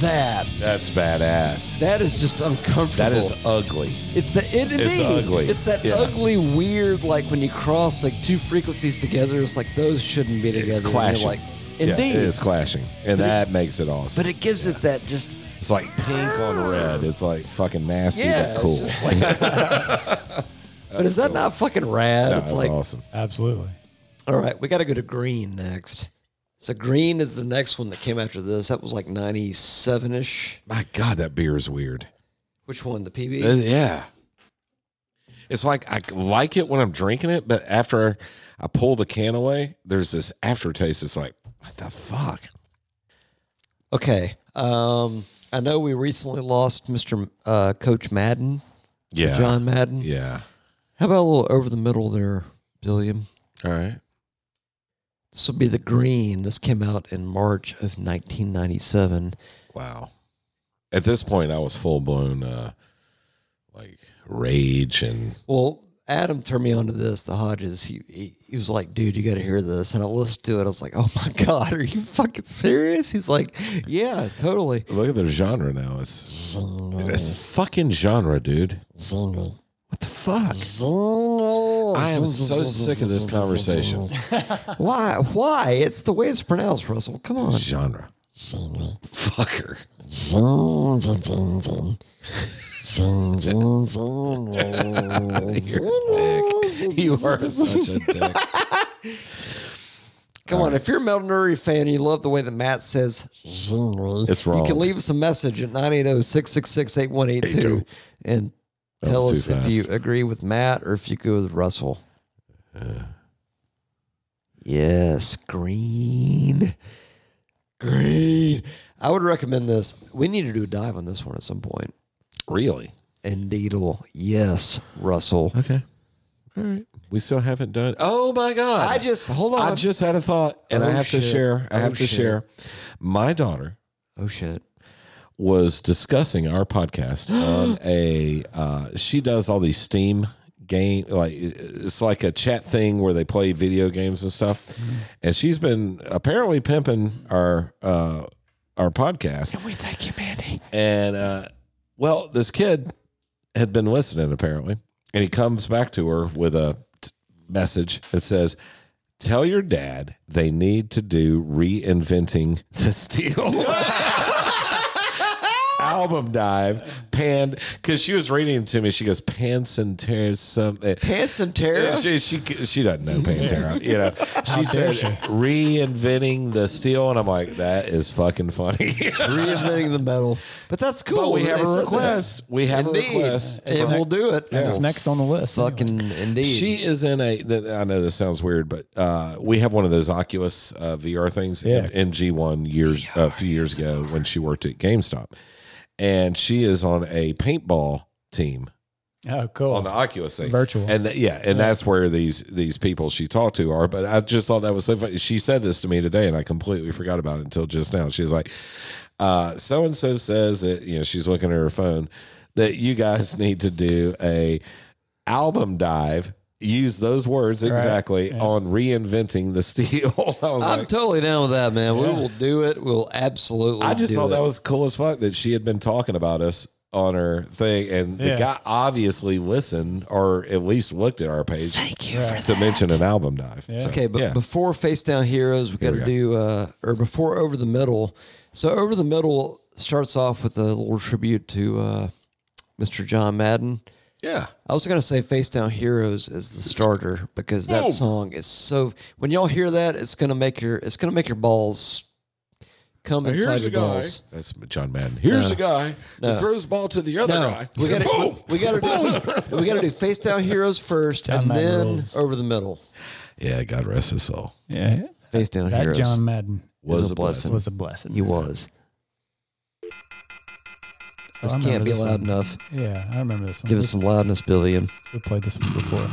Speaker 2: That
Speaker 1: That's badass.
Speaker 2: that is just uncomfortable.
Speaker 1: That is ugly.
Speaker 2: it's the it,
Speaker 1: It's
Speaker 2: indeed.
Speaker 1: ugly.
Speaker 2: It's that
Speaker 1: Yeah.
Speaker 2: ugly, weird like when you cross like two frequencies together. It's like those shouldn't be together.
Speaker 1: It's
Speaker 2: and you're
Speaker 1: clashing.
Speaker 2: Like
Speaker 1: Yeah,
Speaker 2: indeed,
Speaker 1: it is clashing. And
Speaker 2: But it-
Speaker 1: that makes it awesome.
Speaker 2: but it gives it that just
Speaker 1: it's like pink on red. It's like fucking nasty
Speaker 2: yeah.
Speaker 1: but
Speaker 2: it's
Speaker 1: cool.
Speaker 2: just like- but is that not fucking rad?
Speaker 1: No,
Speaker 2: it's
Speaker 1: it's
Speaker 2: like
Speaker 1: awesome.
Speaker 3: Absolutely.
Speaker 2: All right, we got to go to Green next. So Green is the next one that came after this. That was like ninety-seven ish.
Speaker 1: My God, that beer is weird.
Speaker 2: Which one? The PB.
Speaker 1: Uh, yeah. It's like I like it when I'm drinking it, but after I pull the can away, there's this aftertaste. It's like, what the fuck?
Speaker 2: Okay. Um, I know we recently lost Mr. M- Uh, Coach Madden,
Speaker 1: Yeah.
Speaker 2: John Madden.
Speaker 1: Yeah.
Speaker 2: How about a little over the middle there, Billiam?
Speaker 1: All right.
Speaker 2: This will be the Green. This came out in March of 1997.
Speaker 1: Wow. At this point, I was full blown uh, like rage and
Speaker 2: Well, Adam turned me on to this, the Hodges. He, he, he was like, dude, you got to hear this. And I listened to it. I was like, oh my God, are you fucking serious? He's like, yeah, totally.
Speaker 1: look at their genre now. It's it's fucking genre, dude. What the fuck? I am so sick of this conversation.
Speaker 2: Why? Why? It's the way it's pronounced, Russell. Come on.
Speaker 1: Genre. Fucker. Dick. You are such a dick.
Speaker 2: Come on. If you're a Mel Nuri fan and you love the way that Matt says,
Speaker 1: It's wrong.
Speaker 2: you can leave us a message at 980 666 8182 and
Speaker 1: That
Speaker 2: tell
Speaker 1: was
Speaker 2: us
Speaker 1: too
Speaker 2: if you
Speaker 1: fast.
Speaker 2: agree with Matt or if you go with Russell. Yes, green. Green. I would recommend this. We need to do a dive on this one at some point.
Speaker 1: Really?
Speaker 2: Indeedle. Yes, Russell.
Speaker 1: Okay. All right. We still haven't done. Oh my god!
Speaker 2: I just, hold on.
Speaker 1: I just had a thought, and
Speaker 2: Oh,
Speaker 1: I have
Speaker 2: shit.
Speaker 1: to share. I
Speaker 2: Oh,
Speaker 1: have to
Speaker 2: shit.
Speaker 1: share. My daughter
Speaker 2: oh, shit.
Speaker 1: was discussing our podcast on a. Uh, she does all these Steam game like it's like a chat thing where they play video games and stuff, and she's been apparently pimping our uh, our podcast.
Speaker 2: We thank you, Mandy.
Speaker 1: And uh, well, this kid had been listening apparently, and he comes back to her with a t- message that says, "Tell your dad they need to do reinventing the steel." Album dive, pan, because she was reading to me. She goes, Pants and tears, something.
Speaker 2: Pants and
Speaker 1: Yeah,
Speaker 2: Tara.
Speaker 1: she, she she doesn't know Pantera. You know, she said reinventing the steel, and I'm like, that is fucking funny.
Speaker 2: Reinventing the metal. But that's cool.
Speaker 1: But we
Speaker 2: that
Speaker 1: have
Speaker 2: they
Speaker 1: a
Speaker 2: said that.
Speaker 1: request. We have a
Speaker 2: Indeed.
Speaker 1: request.
Speaker 2: And we'll do it.
Speaker 3: And it's next on the list. anyway.
Speaker 2: Fucking indeed.
Speaker 1: She is in a. th- I know this sounds weird, but uh, we have one of those Oculus uh, VR things in,
Speaker 3: Yeah.
Speaker 1: in G1 years a few years ago when she worked at GameStop, and she is on a paintball team
Speaker 3: Oh, cool.
Speaker 1: on the Oculus thing.
Speaker 3: Virtual.
Speaker 1: And th- yeah, and that's where these these people she talked to are. But I just thought that was so funny. She said this to me today, and I completely forgot about it until just now. She's like, uh, "So and so says that you know she's looking at her phone that you guys need to do a album dive." Use those words exactly on reinventing the steel. I was
Speaker 2: I'm
Speaker 1: like,
Speaker 2: totally down with that, man. We will do it. We'll absolutely.
Speaker 1: I just
Speaker 2: do
Speaker 1: thought
Speaker 2: it.
Speaker 1: that was cool as fuck that she had been talking about us on her thing, and the
Speaker 3: Yeah.
Speaker 1: guy obviously listened or at least looked at our page. Thank you to mention an album dive. So,
Speaker 2: Okay, but
Speaker 1: yeah.
Speaker 2: before Face Down Heroes, we got to
Speaker 1: go.
Speaker 2: do, uh, or before Over the Middle. So Over the Middle starts off with a little tribute to uh, Mr. John Madden.
Speaker 1: yeah,
Speaker 2: I was gonna say Face Down Heroes is the starter because that song is so. When y'all hear that, it's gonna make your it's gonna make your balls come inside
Speaker 1: here's
Speaker 2: your
Speaker 1: a guy.
Speaker 2: balls.
Speaker 1: That's John Madden. Here's a guy
Speaker 2: No.
Speaker 1: who throws ball to the other
Speaker 2: No,
Speaker 1: guy.
Speaker 2: we gotta
Speaker 1: Boom.
Speaker 2: we gotta do, we gotta do Face Down Heroes first,
Speaker 3: John
Speaker 2: and
Speaker 3: Madden
Speaker 2: then
Speaker 3: rules.
Speaker 2: Over the Middle.
Speaker 1: Yeah, God rest his soul.
Speaker 3: yeah.
Speaker 2: Face Down
Speaker 3: That
Speaker 2: Heroes
Speaker 3: John Madden
Speaker 2: was
Speaker 1: Was
Speaker 2: a
Speaker 1: a
Speaker 2: blessing.
Speaker 3: was a blessing.
Speaker 2: He was.
Speaker 3: I
Speaker 2: This
Speaker 3: remember
Speaker 2: can't be
Speaker 3: this
Speaker 2: loud
Speaker 3: one.
Speaker 2: enough.
Speaker 3: Yeah, I remember this one.
Speaker 2: Give
Speaker 3: we,
Speaker 2: us some loudness, Billion.
Speaker 3: we played this one before.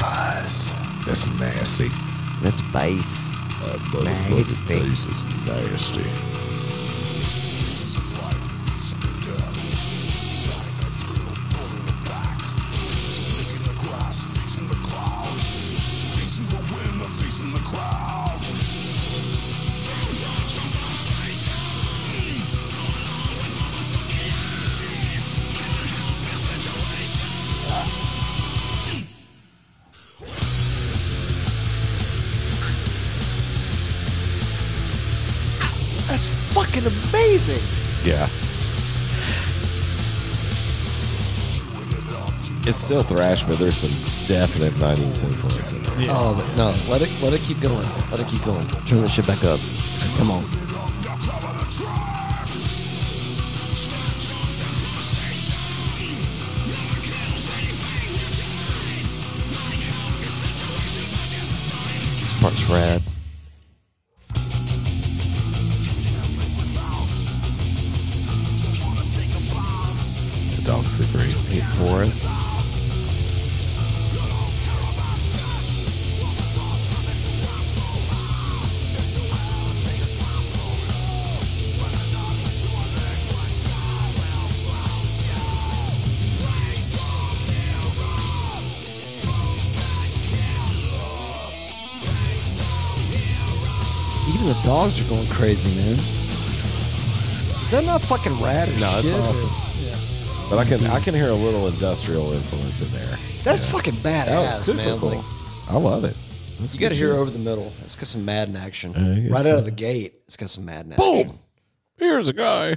Speaker 1: That's nasty.
Speaker 2: That's bass.
Speaker 1: That motherfucking place is nasty.
Speaker 2: That's fucking amazing.
Speaker 1: Yeah. It's still thrash, but there's some definite 90s influence in there.
Speaker 2: Oh but no, let it let it keep going. Let it keep going. Turn that shit back up. Come on. This part's rad.
Speaker 1: The dog's super eight.
Speaker 2: For it. Even the dogs are going crazy, man. Is that not fucking rad as
Speaker 1: No, it's
Speaker 2: shit?
Speaker 1: awesome. But I can I can hear a little industrial influence in there.
Speaker 2: That's fucking badass,
Speaker 1: That was super
Speaker 2: man.
Speaker 1: cool.
Speaker 2: Like,
Speaker 1: I love it.
Speaker 2: you got to hear over the middle. It's got some Madden action
Speaker 1: I guess
Speaker 2: right out
Speaker 1: so.
Speaker 2: of the gate. It's got some Madden action.
Speaker 1: Boom! Here's a guy.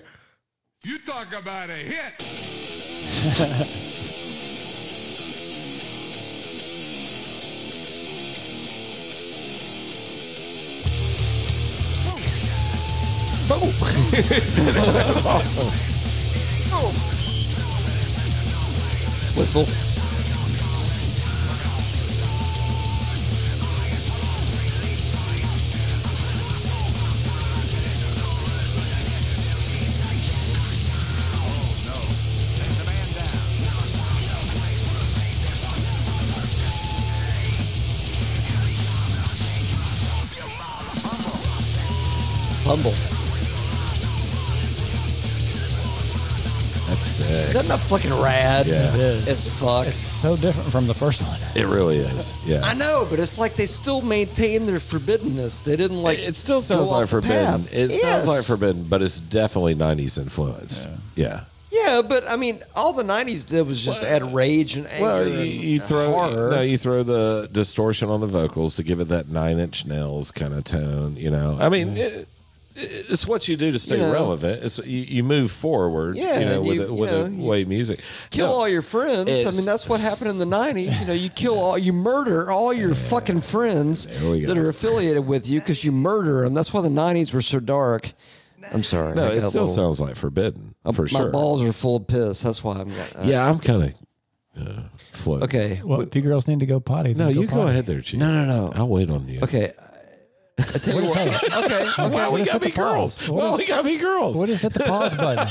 Speaker 2: Whistle. Humble.
Speaker 1: That's
Speaker 2: Is
Speaker 1: sick.
Speaker 2: that not fucking rad?
Speaker 1: Yeah. It
Speaker 3: is.
Speaker 2: It's fuck.
Speaker 3: It's so different from the first one.
Speaker 1: It really is.
Speaker 2: I
Speaker 1: Yeah.
Speaker 2: know, but it's like they still maintain their forbiddenness. They didn't like.
Speaker 1: It still
Speaker 2: go
Speaker 1: sounds
Speaker 2: off
Speaker 1: like
Speaker 2: the
Speaker 1: forbidden.
Speaker 2: path.
Speaker 1: It
Speaker 2: Yes.
Speaker 1: sounds like forbidden, but it's definitely 90s influence. Yeah.
Speaker 2: Yeah, but I mean, all the '90s did was just add rage and anger.
Speaker 1: Well, you,
Speaker 2: and
Speaker 1: you throw
Speaker 2: horror.
Speaker 1: no, you throw the distortion on the vocals to give it that nine inch nails kind of tone. You know, I mean, it, it's what you do to stay
Speaker 2: You know.
Speaker 1: relevant. It's you, you move forward.
Speaker 2: Yeah,
Speaker 1: you know,
Speaker 2: and
Speaker 1: with
Speaker 2: you-
Speaker 1: the, with
Speaker 2: you
Speaker 1: the
Speaker 2: know, you
Speaker 1: way music
Speaker 2: kill
Speaker 1: No,
Speaker 2: all your friends. I
Speaker 1: It's-
Speaker 2: mean, that's what happened in the '90s. You know, you kill all, you murder all your fucking friends
Speaker 1: we go.
Speaker 2: that are affiliated with you because you murder them. That's why the '90s were so dark. I'm sorry.
Speaker 1: No,
Speaker 2: I
Speaker 1: it
Speaker 2: got a
Speaker 1: still
Speaker 2: little-
Speaker 1: sounds like forbidden for
Speaker 2: My
Speaker 1: sure.
Speaker 2: balls are full of piss. That's why I'm. Uh,
Speaker 1: yeah, I'm kind of uh, floating.
Speaker 2: Okay.
Speaker 3: Well, if you girls need to go potty, then
Speaker 1: No, you go
Speaker 3: potty.
Speaker 1: ahead there, Chief.
Speaker 2: No, no, no.
Speaker 1: I'll wait on you.
Speaker 2: Okay. I tell you
Speaker 3: is
Speaker 2: what-
Speaker 3: that?
Speaker 2: okay, okay.
Speaker 1: Why we
Speaker 3: is
Speaker 1: gotta
Speaker 3: with
Speaker 1: be
Speaker 3: the pause?
Speaker 1: girls?
Speaker 3: What
Speaker 1: Why
Speaker 3: is-
Speaker 1: we gotta be girls?
Speaker 3: What is hit the pause button?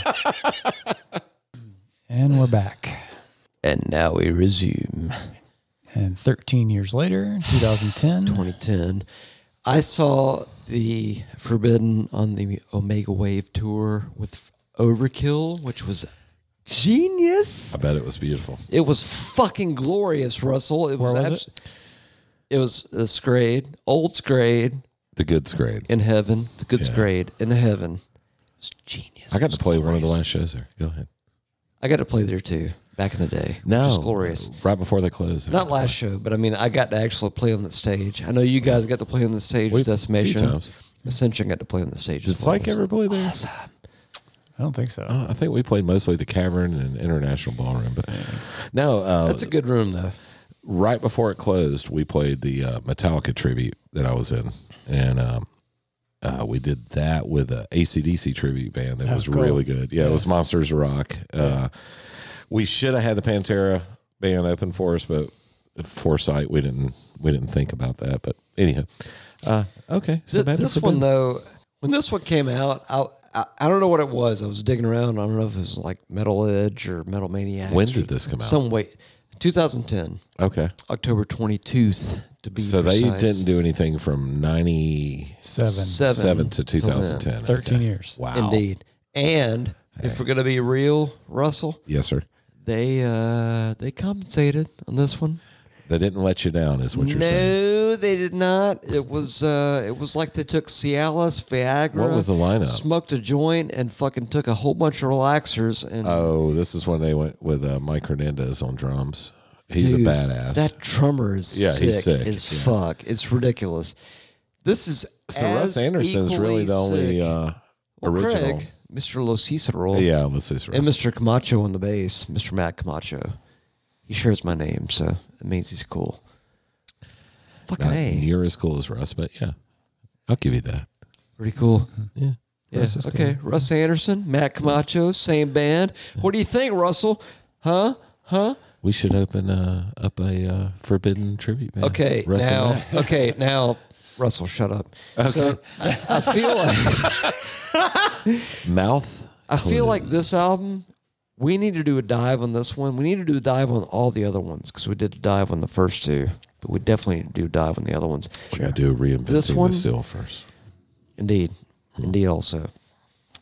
Speaker 3: and we're back.
Speaker 2: And now we resume.
Speaker 3: And 13 years later, 2010.
Speaker 2: 2010. I saw the Forbidden on the Omega Wave tour with Overkill, which was genius.
Speaker 1: I bet it was beautiful.
Speaker 2: It was fucking glorious, Russell. It was,
Speaker 3: Where was
Speaker 2: it? It was a grade, old grade
Speaker 1: The goods grade.
Speaker 2: in heaven, the good
Speaker 1: Yeah.
Speaker 2: grade in heaven. It was genius.
Speaker 1: I
Speaker 2: It
Speaker 1: got to
Speaker 2: was
Speaker 1: play one of the
Speaker 2: glorious.
Speaker 1: last shows there. Go ahead.
Speaker 2: I got to play there too back in the day.
Speaker 1: No,
Speaker 2: which is glorious.
Speaker 1: Right before they closed.
Speaker 2: Not last show, but I mean, I got to actually play on the stage. I know you guys got to play on the stage
Speaker 1: We-
Speaker 2: with Decimation.
Speaker 1: few times.
Speaker 2: Ascension got to play on the stage.
Speaker 1: Did
Speaker 2: as well.
Speaker 1: Psych ever play there?
Speaker 3: I don't think so.
Speaker 1: Uh, I think we played mostly the Cavern and International Ballroom, but no. Uh,
Speaker 2: That's a good room, though.
Speaker 1: right before it closed, we played the uh, Metallica tribute that I was in, and um, uh, we did that with a ACDC tribute band that
Speaker 3: Oh,
Speaker 1: was
Speaker 3: cool.
Speaker 1: really good. Yeah, it was Monsters of Rock. Uh, we should have had the Pantera band open for us, but foresight we didn't we didn't think about that. But anyhow, uh, okay. So
Speaker 2: Th-
Speaker 1: that
Speaker 2: this
Speaker 1: is a
Speaker 2: one,
Speaker 1: bit-
Speaker 2: though, when this one came out, I, I I don't know what it was. I was digging around. I don't know if it was like Metal Edge or Metal Maniacs.
Speaker 1: When
Speaker 2: or
Speaker 1: did this come out?
Speaker 2: Some way, 2010,
Speaker 1: okay.
Speaker 2: October 22th. To be
Speaker 1: So they
Speaker 2: precise.
Speaker 1: didn't do anything from ninety
Speaker 3: Seven.
Speaker 2: Seven.
Speaker 1: seven to two
Speaker 2: till then.
Speaker 1: thousand ten.
Speaker 3: 13 years.
Speaker 1: Wow.
Speaker 2: Indeed, and if we're gonna be real, Russell,
Speaker 1: Yes, sir.
Speaker 2: they uh they compensated on this one.
Speaker 1: They didn't let you down, is what you're
Speaker 2: no,
Speaker 1: saying.
Speaker 2: they did not. It was uh, it was like they took Cialis, Viagra.
Speaker 1: What was the lineup?
Speaker 2: Smoked a joint and fucking took a whole bunch of relaxers and.
Speaker 1: Oh, this is when they went with uh, Mike Hernandez on drums. He's
Speaker 2: dude,
Speaker 1: a badass.
Speaker 2: That drummer is
Speaker 1: Yeah,
Speaker 2: sick,
Speaker 1: he's sick,
Speaker 2: as
Speaker 1: yeah.
Speaker 2: fuck. It's ridiculous. This is
Speaker 1: so Russ
Speaker 2: as
Speaker 1: Anderson's really the
Speaker 2: equally
Speaker 1: only
Speaker 2: sick.
Speaker 1: uh,
Speaker 2: Well,
Speaker 1: original.
Speaker 2: Craig, Mr. Lo Cicero,
Speaker 1: yeah, let's say so.
Speaker 2: and Mr. Camacho on the bass, Mr. Matt Camacho. He shares my name, so it means he's cool. Fucking
Speaker 1: Not
Speaker 2: a.
Speaker 1: near as cool as Russ, but yeah, I'll give you that.
Speaker 2: Pretty cool.
Speaker 1: Yeah.
Speaker 2: Yeah.
Speaker 1: Russ is
Speaker 2: okay. Russ Anderson, Matt Camacho, same band. What do you think, Russell? Huh? Huh?
Speaker 1: We should open uh, up a uh, Forbidden tribute band.
Speaker 2: Okay.
Speaker 1: Russ and
Speaker 2: now,
Speaker 1: Matt.
Speaker 2: okay. Now, Russell, shut up. So I, I feel like
Speaker 1: mouth.
Speaker 2: I feel like this album. We need to do a dive on this one. We need to do a dive on all the other ones because we did a dive on the first two, but we definitely need to do a dive on the other ones.
Speaker 1: We gotta do a reinventing
Speaker 2: This
Speaker 1: the
Speaker 2: one-
Speaker 1: still first.
Speaker 2: Indeed.
Speaker 3: Hmm.
Speaker 2: Indeed, also.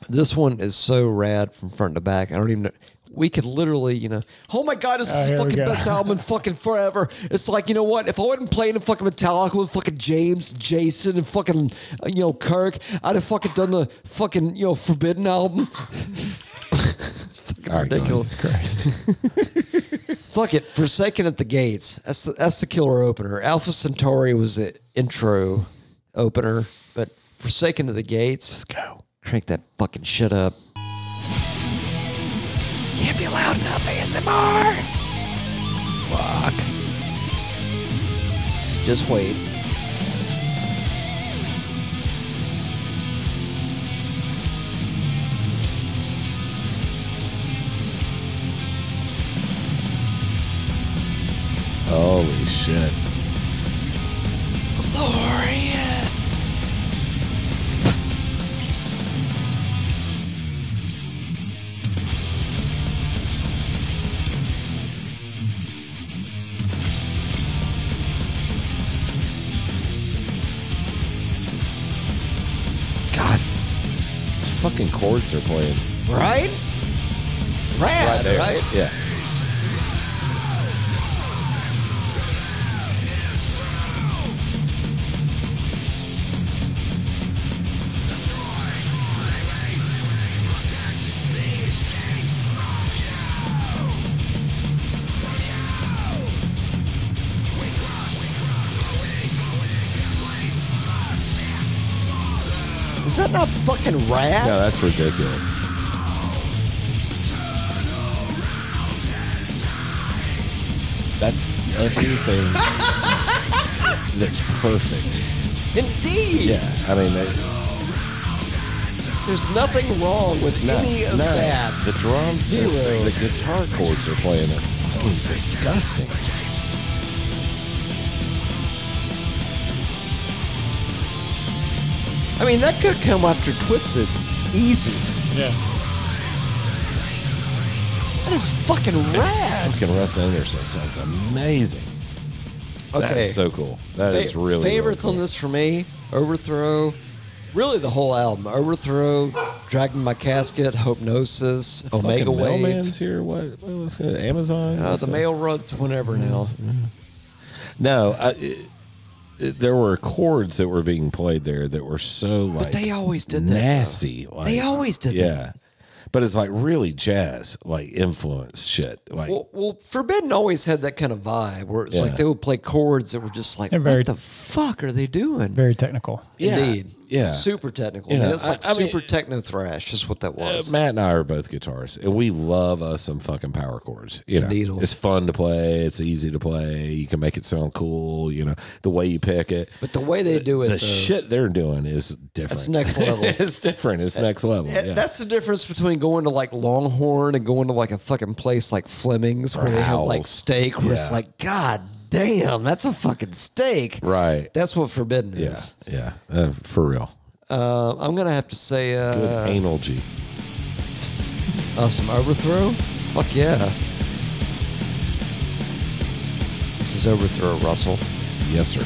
Speaker 2: This one is so rad from front to back. I don't even know. We could literally, you know, oh my God, this is the
Speaker 3: here we
Speaker 2: fucking
Speaker 3: go.
Speaker 2: best album in fucking forever. It's like, you know what? If I wasn't playing in fucking Metallica with fucking James, Jason, and fucking, uh, you know, Kirk, I'd have fucking done the fucking, you know, Forbidden album. fucking
Speaker 1: All right,
Speaker 2: ridiculous.
Speaker 3: Jesus Christ.
Speaker 2: Fuck it, Forsaken at the Gates. That's the that's the killer opener. Alpha Centauri was the intro opener, but Forsaken at the Gates. Let's go. Crank that fucking shit up. Can't be loud enough, ASMR. Fuck. Just wait.
Speaker 1: Holy shit!
Speaker 2: God,
Speaker 1: These fucking chords are playing
Speaker 2: right? Rad, right?
Speaker 1: Yeah.
Speaker 2: Is that not fucking rad?
Speaker 1: Yeah, that's ridiculous. That's everything that's perfect.
Speaker 2: Indeed.
Speaker 1: Yeah, I mean, they,
Speaker 2: There's nothing wrong with
Speaker 1: no,
Speaker 2: any of
Speaker 1: no.
Speaker 2: that.
Speaker 1: The drums,
Speaker 2: Zero.
Speaker 1: the, the guitar chords are playing are fucking disgusting.
Speaker 2: I mean, that could come after Twisted. Easy.
Speaker 10: Yeah.
Speaker 2: That is fucking rad.
Speaker 1: Fucking Russ Anderson sounds amazing. That
Speaker 2: Okay.
Speaker 1: is so cool. That is
Speaker 2: Fa-
Speaker 1: really
Speaker 2: favorites
Speaker 1: really
Speaker 2: on
Speaker 1: cool.
Speaker 2: this for me overthrow really the whole album overthrow dragging my casket hypnosis omega
Speaker 1: Fucking
Speaker 2: wave
Speaker 1: Mailman's here. What? Well, let's go to Amazon.
Speaker 2: uh,
Speaker 1: Let's
Speaker 2: the
Speaker 1: go-
Speaker 2: mail runs whenever
Speaker 1: Mm-hmm.
Speaker 2: now
Speaker 1: No, I, it, it- there were chords that were being played there that were so like
Speaker 2: they always did that, though.
Speaker 1: nasty. like-
Speaker 2: They always did that.
Speaker 1: Yeah, but it's like really jazz like influence shit. Like
Speaker 2: well, well forbidden always had that kind of vibe where it's
Speaker 1: Yeah.
Speaker 2: like they would play chords that were just like
Speaker 3: They're very-
Speaker 2: what the fuck are they doing
Speaker 3: Very technical.
Speaker 1: Yeah,
Speaker 2: indeed
Speaker 1: yeah.
Speaker 2: super technical
Speaker 1: You know,
Speaker 2: that's
Speaker 1: I-
Speaker 2: like
Speaker 1: I mean-
Speaker 2: super techno thrash is what that
Speaker 1: Uh,
Speaker 2: was
Speaker 1: Matt and I are both guitarists, and we love us some fucking power chords. You know,
Speaker 2: Needle.
Speaker 1: it's fun to play. It's easy to play. You can make it sound cool. You know, the way you pick it.
Speaker 2: but the way they do it
Speaker 1: the
Speaker 2: though,
Speaker 1: shit they're doing is different.
Speaker 2: That's next level.
Speaker 1: it's different. It's next level.
Speaker 2: Yeah,
Speaker 1: Yeah.
Speaker 2: That's the difference between going to like Longhorn and going to like a fucking place like Fleming's where they have like
Speaker 1: Howl's.
Speaker 2: steak where it's
Speaker 1: Yeah.
Speaker 2: like, God damn, that's a fucking steak.
Speaker 1: right.
Speaker 2: That's what forbidden
Speaker 1: yeah,
Speaker 2: is.
Speaker 1: yeah, uh, for real.
Speaker 2: Uh, I'm gonna have to say
Speaker 1: Good
Speaker 2: uh,
Speaker 1: anal G.
Speaker 2: uh, some overthrow. Fuck yeah. This is overthrow, Russell.
Speaker 1: Yes, sir.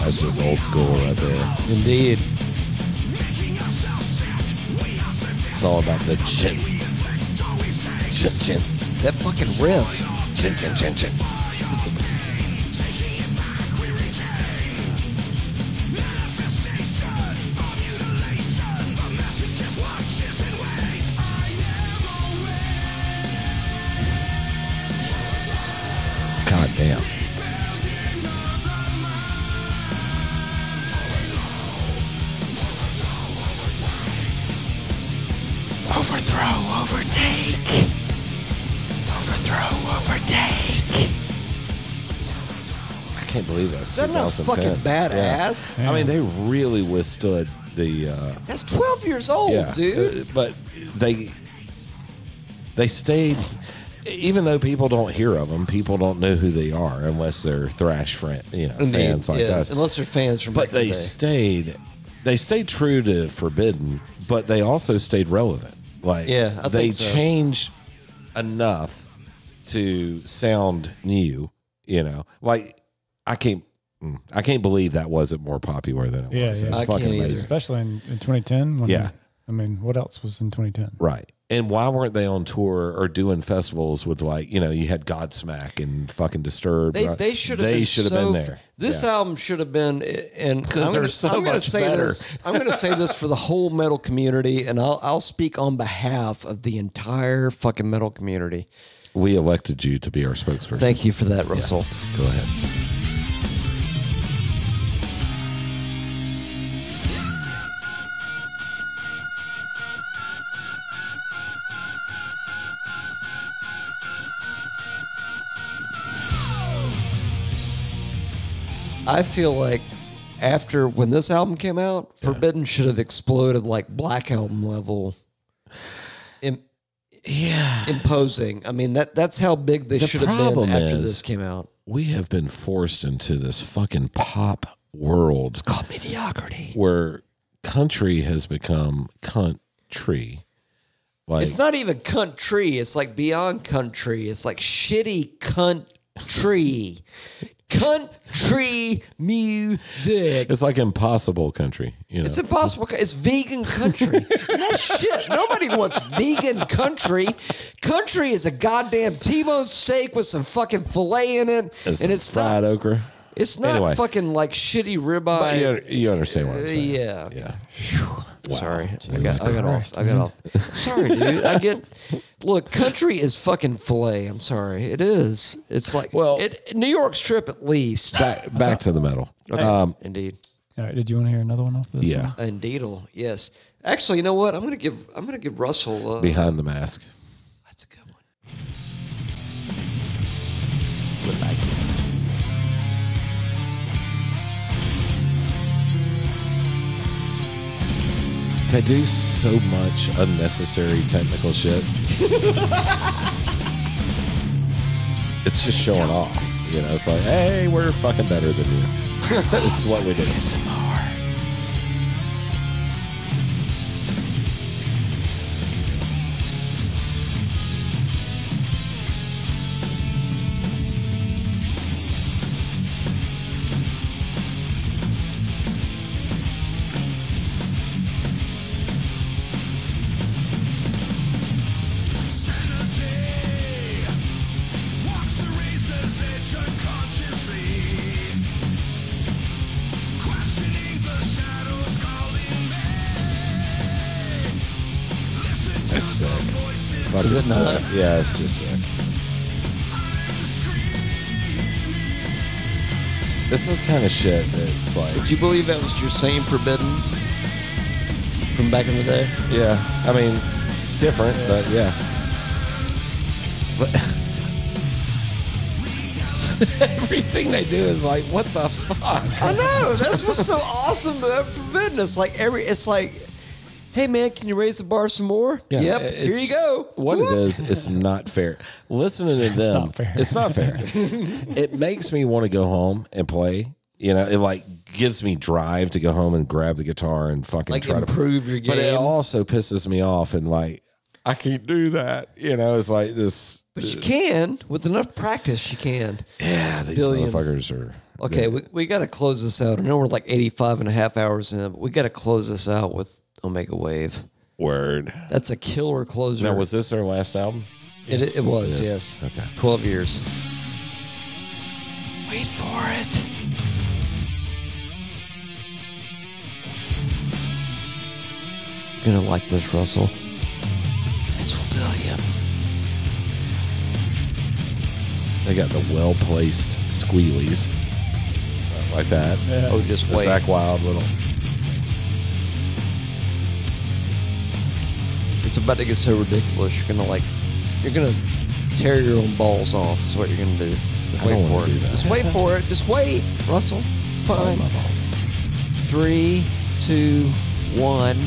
Speaker 1: That's just old school right there.
Speaker 2: Indeed.
Speaker 1: It's all about the chin. Chin, chin.
Speaker 2: That fucking riff.
Speaker 1: Chin, chin, chin, chin. God damn.
Speaker 7: Overthrow, overtake. Overthrow, overtake.
Speaker 1: I can't believe that.
Speaker 2: Isn't that fucking badass?
Speaker 1: I mean, they really withstood the. Uh,
Speaker 2: That's 12 years old, Oh, dude.
Speaker 1: Uh, but they they stayed. Even though people don't hear of them, people don't know who they are unless they're thrash friend, you know,
Speaker 2: Indeed,
Speaker 1: fans like
Speaker 2: yeah,
Speaker 1: us.
Speaker 2: Unless they're fans from
Speaker 1: But
Speaker 2: back in the
Speaker 1: they
Speaker 2: day.
Speaker 1: stayed. They stayed true to Forbidden, but they also stayed relevant. Like
Speaker 2: Yeah, I
Speaker 1: they
Speaker 2: think so.
Speaker 1: changed enough to sound new. You know, like I can't. mm, I can't believe that wasn't more popular than it
Speaker 3: Yeah,
Speaker 1: was.
Speaker 3: yeah.
Speaker 1: It's
Speaker 2: I
Speaker 1: fucking
Speaker 2: can't either.
Speaker 1: amazing.
Speaker 3: Especially in, in 2010. When
Speaker 1: Yeah.
Speaker 3: I mean, what else was in 2010?
Speaker 1: Right. And why weren't they on tour or doing festivals with like, you know, you had Godsmack and fucking Disturbed.
Speaker 2: They,
Speaker 1: right?
Speaker 2: they should have
Speaker 1: They
Speaker 2: been
Speaker 1: should have been
Speaker 2: so-
Speaker 1: there.
Speaker 2: This uh,
Speaker 1: yeah.
Speaker 2: album should have been and
Speaker 1: 'Cause
Speaker 2: I'm
Speaker 1: they're
Speaker 2: gonna-
Speaker 1: so
Speaker 2: I'm gonna
Speaker 1: much
Speaker 2: say
Speaker 1: better.
Speaker 2: This, I'm going to say this for the whole metal community, and I'll I'll speak on behalf of the entire fucking metal community.
Speaker 1: we elected you to be our spokesperson.
Speaker 2: Thank you for that, Russell.
Speaker 1: Go ahead.
Speaker 2: I feel like after when this album came out, Forbidden should have exploded like Black Album level. Im- yeah, imposing. I mean that that's how big they
Speaker 1: The
Speaker 2: should have been
Speaker 1: problem
Speaker 2: after
Speaker 1: is-
Speaker 2: this came out.
Speaker 1: We have been forced into this fucking pop world
Speaker 2: Called mediocrity.
Speaker 1: where country has become country. Like
Speaker 2: It's not even country. It's like beyond country. It's like shitty country. country music.
Speaker 1: it's like impossible country, you know.
Speaker 2: It's impossible. It's vegan country. that shit. Nobody wants vegan country. Country is a goddamn T-bone steak with some fucking filet in it,
Speaker 1: It's
Speaker 2: and it's
Speaker 1: fried
Speaker 2: not.
Speaker 1: okra.
Speaker 2: It's not
Speaker 1: Anyway.
Speaker 2: fucking like shitty
Speaker 1: But
Speaker 2: ribeye.
Speaker 1: you, you understand what I'm
Speaker 2: Uh,
Speaker 1: saying.
Speaker 2: yeah.
Speaker 1: Yeah.
Speaker 2: Sorry, I got, I got off. I got off. Sorry, dude. I get. Look, country is fucking filet. I'm sorry, it is. It's like well,
Speaker 1: Well-
Speaker 2: it, New York strip at least.
Speaker 1: Back back to the metal.
Speaker 2: Um, indeed,
Speaker 3: All right, did you want to hear another one off of this?
Speaker 1: Yeah.
Speaker 3: one?
Speaker 2: indeedle. Yes. Actually, you know what? I'm gonna give. I'm gonna give Russell. Uh,
Speaker 1: Behind the mask.
Speaker 2: that's a good one.
Speaker 1: They do so much unnecessary technical shit. it's just showing off. You know, it's like, hey, we're fucking better than you. this is what we do. That's sick. Fucking
Speaker 2: it not?
Speaker 1: sick. Yeah, it's just sick. This is kind of shit that's like,
Speaker 2: Would you believe that was your same forbidden from back in the day?
Speaker 1: yeah, I mean, different, but yeah. But everything they do is like, what the fuck?
Speaker 2: I know. That's what's so awesome about forbidden. It's like every. It's like, hey man, can you raise the bar some more? yep.
Speaker 1: It's-
Speaker 2: Here you go.
Speaker 1: What
Speaker 2: Whoop.
Speaker 1: it is, it's not fair. Listening to them, it's
Speaker 3: not fair.
Speaker 1: not fair. it makes me want to go home and play. You know, it like gives me drive to go home and grab the guitar and fucking
Speaker 2: Like
Speaker 1: try
Speaker 2: improve
Speaker 1: to
Speaker 2: your
Speaker 1: But it
Speaker 2: game.
Speaker 1: also pisses me off and like I can't do that. You know, it's like this.
Speaker 2: But she can with enough practice. She can.
Speaker 1: Yeah, these
Speaker 2: Billion.
Speaker 1: motherfuckers are.
Speaker 2: Okay, we, we got to close this out. I know we're like 85 and a half hours in, but we got to close this out with Omega Wave.
Speaker 1: Word.
Speaker 2: That's a killer closer.
Speaker 1: Now, was this their last album?
Speaker 2: it, it was, yes.
Speaker 1: Okay.
Speaker 2: 12 years. Wait for it. You're going to like this, Russell. This will build you.
Speaker 1: They got the well placed squealies. uh, Like that.
Speaker 2: Oh, just
Speaker 1: The
Speaker 2: wait.
Speaker 1: Zach Wild little.
Speaker 2: It's about to get so ridiculous. You're gonna like, you're gonna tear your own balls off. Is what you're gonna do. Just
Speaker 1: I
Speaker 2: wait
Speaker 1: don't wanna
Speaker 2: for it.
Speaker 1: do that.
Speaker 2: Just wait for it. Just wait, Russell. It's
Speaker 1: Oh,
Speaker 2: fine.
Speaker 1: my balls.
Speaker 2: Three, two, one.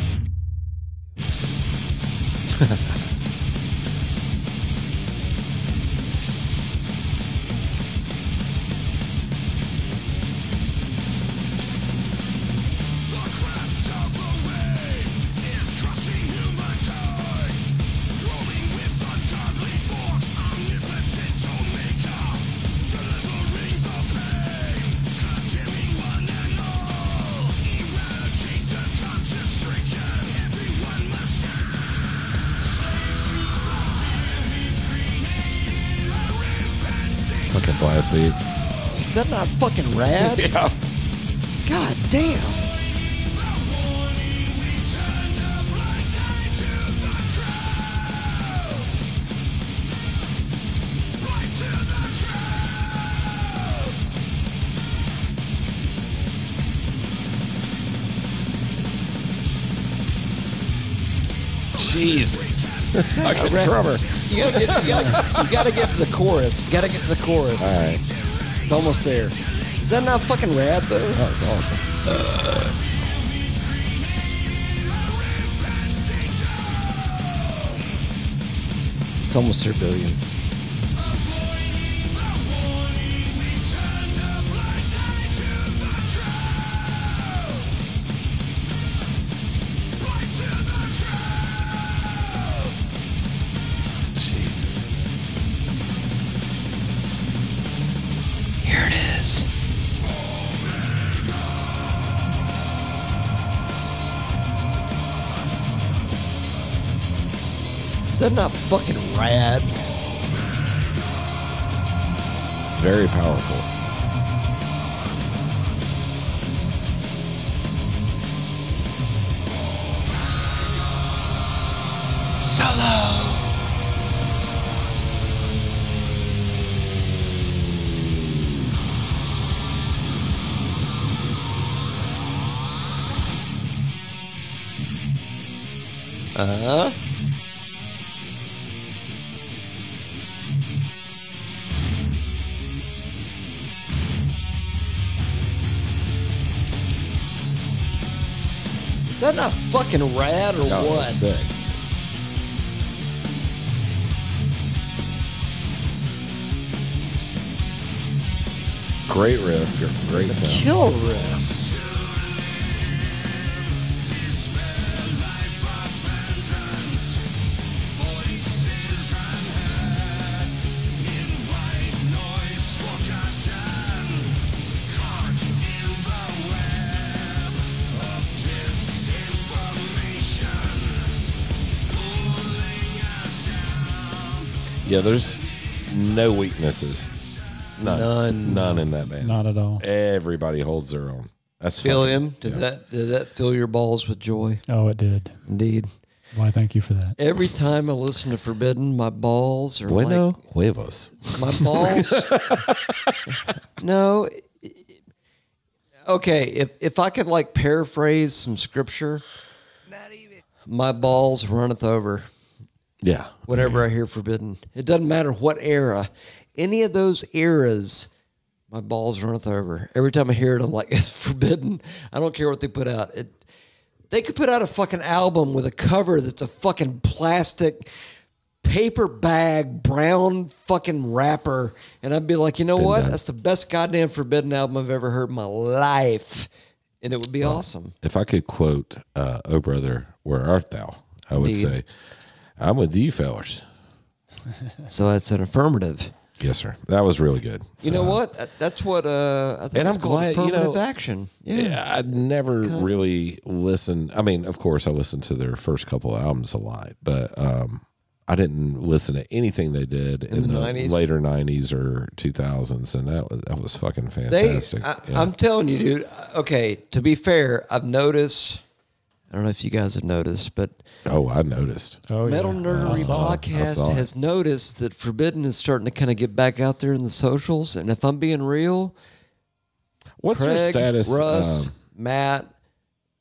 Speaker 1: Fucking blast beats.
Speaker 2: Is that not fucking rad?
Speaker 1: Yeah.
Speaker 2: God damn.
Speaker 1: Jesus. Fucking drummer.
Speaker 2: You gotta get, you gotta, you gotta get to the chorus. You gotta get to the chorus.
Speaker 1: All right.
Speaker 2: It's almost there. Is that not fucking rad though?
Speaker 1: That was awesome.
Speaker 2: It's almost there, billion.
Speaker 1: Jesus.
Speaker 2: Here it is. Is that not fucking rad?
Speaker 1: Very powerful.
Speaker 2: Solo. Uh huh. Is that not fucking rad or
Speaker 1: No, uh,
Speaker 2: what?
Speaker 1: that's Sick. Great riff, gr- great
Speaker 10: It's a
Speaker 1: sound.
Speaker 10: kill riff.
Speaker 1: Yeah, there's no weaknesses. None.
Speaker 10: None.
Speaker 1: None in that band.
Speaker 3: Not at all.
Speaker 1: Everybody holds their own. That's
Speaker 2: Feel
Speaker 1: fucking-
Speaker 2: him? Did
Speaker 1: yeah.
Speaker 2: that did that fill your balls with joy?
Speaker 3: Oh, it did.
Speaker 2: Indeed.
Speaker 3: Why? Thank you for that.
Speaker 2: Every time I listen to Forbidden, my balls are
Speaker 1: Bueno huevos.
Speaker 2: like my balls. no. Okay, if if I could like paraphrase some scripture, my balls runneth over.
Speaker 1: Yeah.
Speaker 2: whenever I hear forbidden. It doesn't matter what era, any of those eras, my balls runneth over. Every time I hear it, I'm like, it's forbidden. I don't care what they put out. It, they could put out a fucking album with a cover that's a fucking plastic paper bag, brown fucking wrapper. And I'd be like, you know what?
Speaker 1: done.
Speaker 2: That's the best goddamn forbidden album I've ever heard in my life. And it would be awesome.
Speaker 1: If I could quote, uh, "Oh brother, where art thou?" I would
Speaker 2: Indeed.
Speaker 1: say, "I'm with you, fellas."
Speaker 2: So that's an affirmative.
Speaker 1: Yes, sir. That was really good.
Speaker 2: You know what? That- That's what uh, I think
Speaker 1: And
Speaker 2: it's
Speaker 1: I'm
Speaker 2: called
Speaker 1: glad, you
Speaker 2: affirmative
Speaker 1: know-
Speaker 2: action. Yeah.
Speaker 1: Yeah, I never really listened. I mean, of course, I listened to their first couple of albums a lot, but um, I didn't listen to anything they did in,
Speaker 2: the
Speaker 1: the,
Speaker 2: 90s?
Speaker 1: later '90s or 2000s, and that was, that was fucking
Speaker 2: They,
Speaker 1: fantastic.
Speaker 2: I,
Speaker 1: Yeah.
Speaker 2: I'm telling you, dude. uh, Okay, to be fair, I've noticed. I don't know if you guys have noticed, but
Speaker 1: oh, I noticed.
Speaker 3: Oh,
Speaker 2: Metal Nerdery
Speaker 1: I saw
Speaker 2: Podcast
Speaker 1: it.
Speaker 2: has noticed that Forbidden is starting to kind of get back out there in the socials. And if I'm being real,
Speaker 1: What's their
Speaker 2: Craig,
Speaker 1: status?
Speaker 2: Russ,
Speaker 1: um,
Speaker 2: Matt,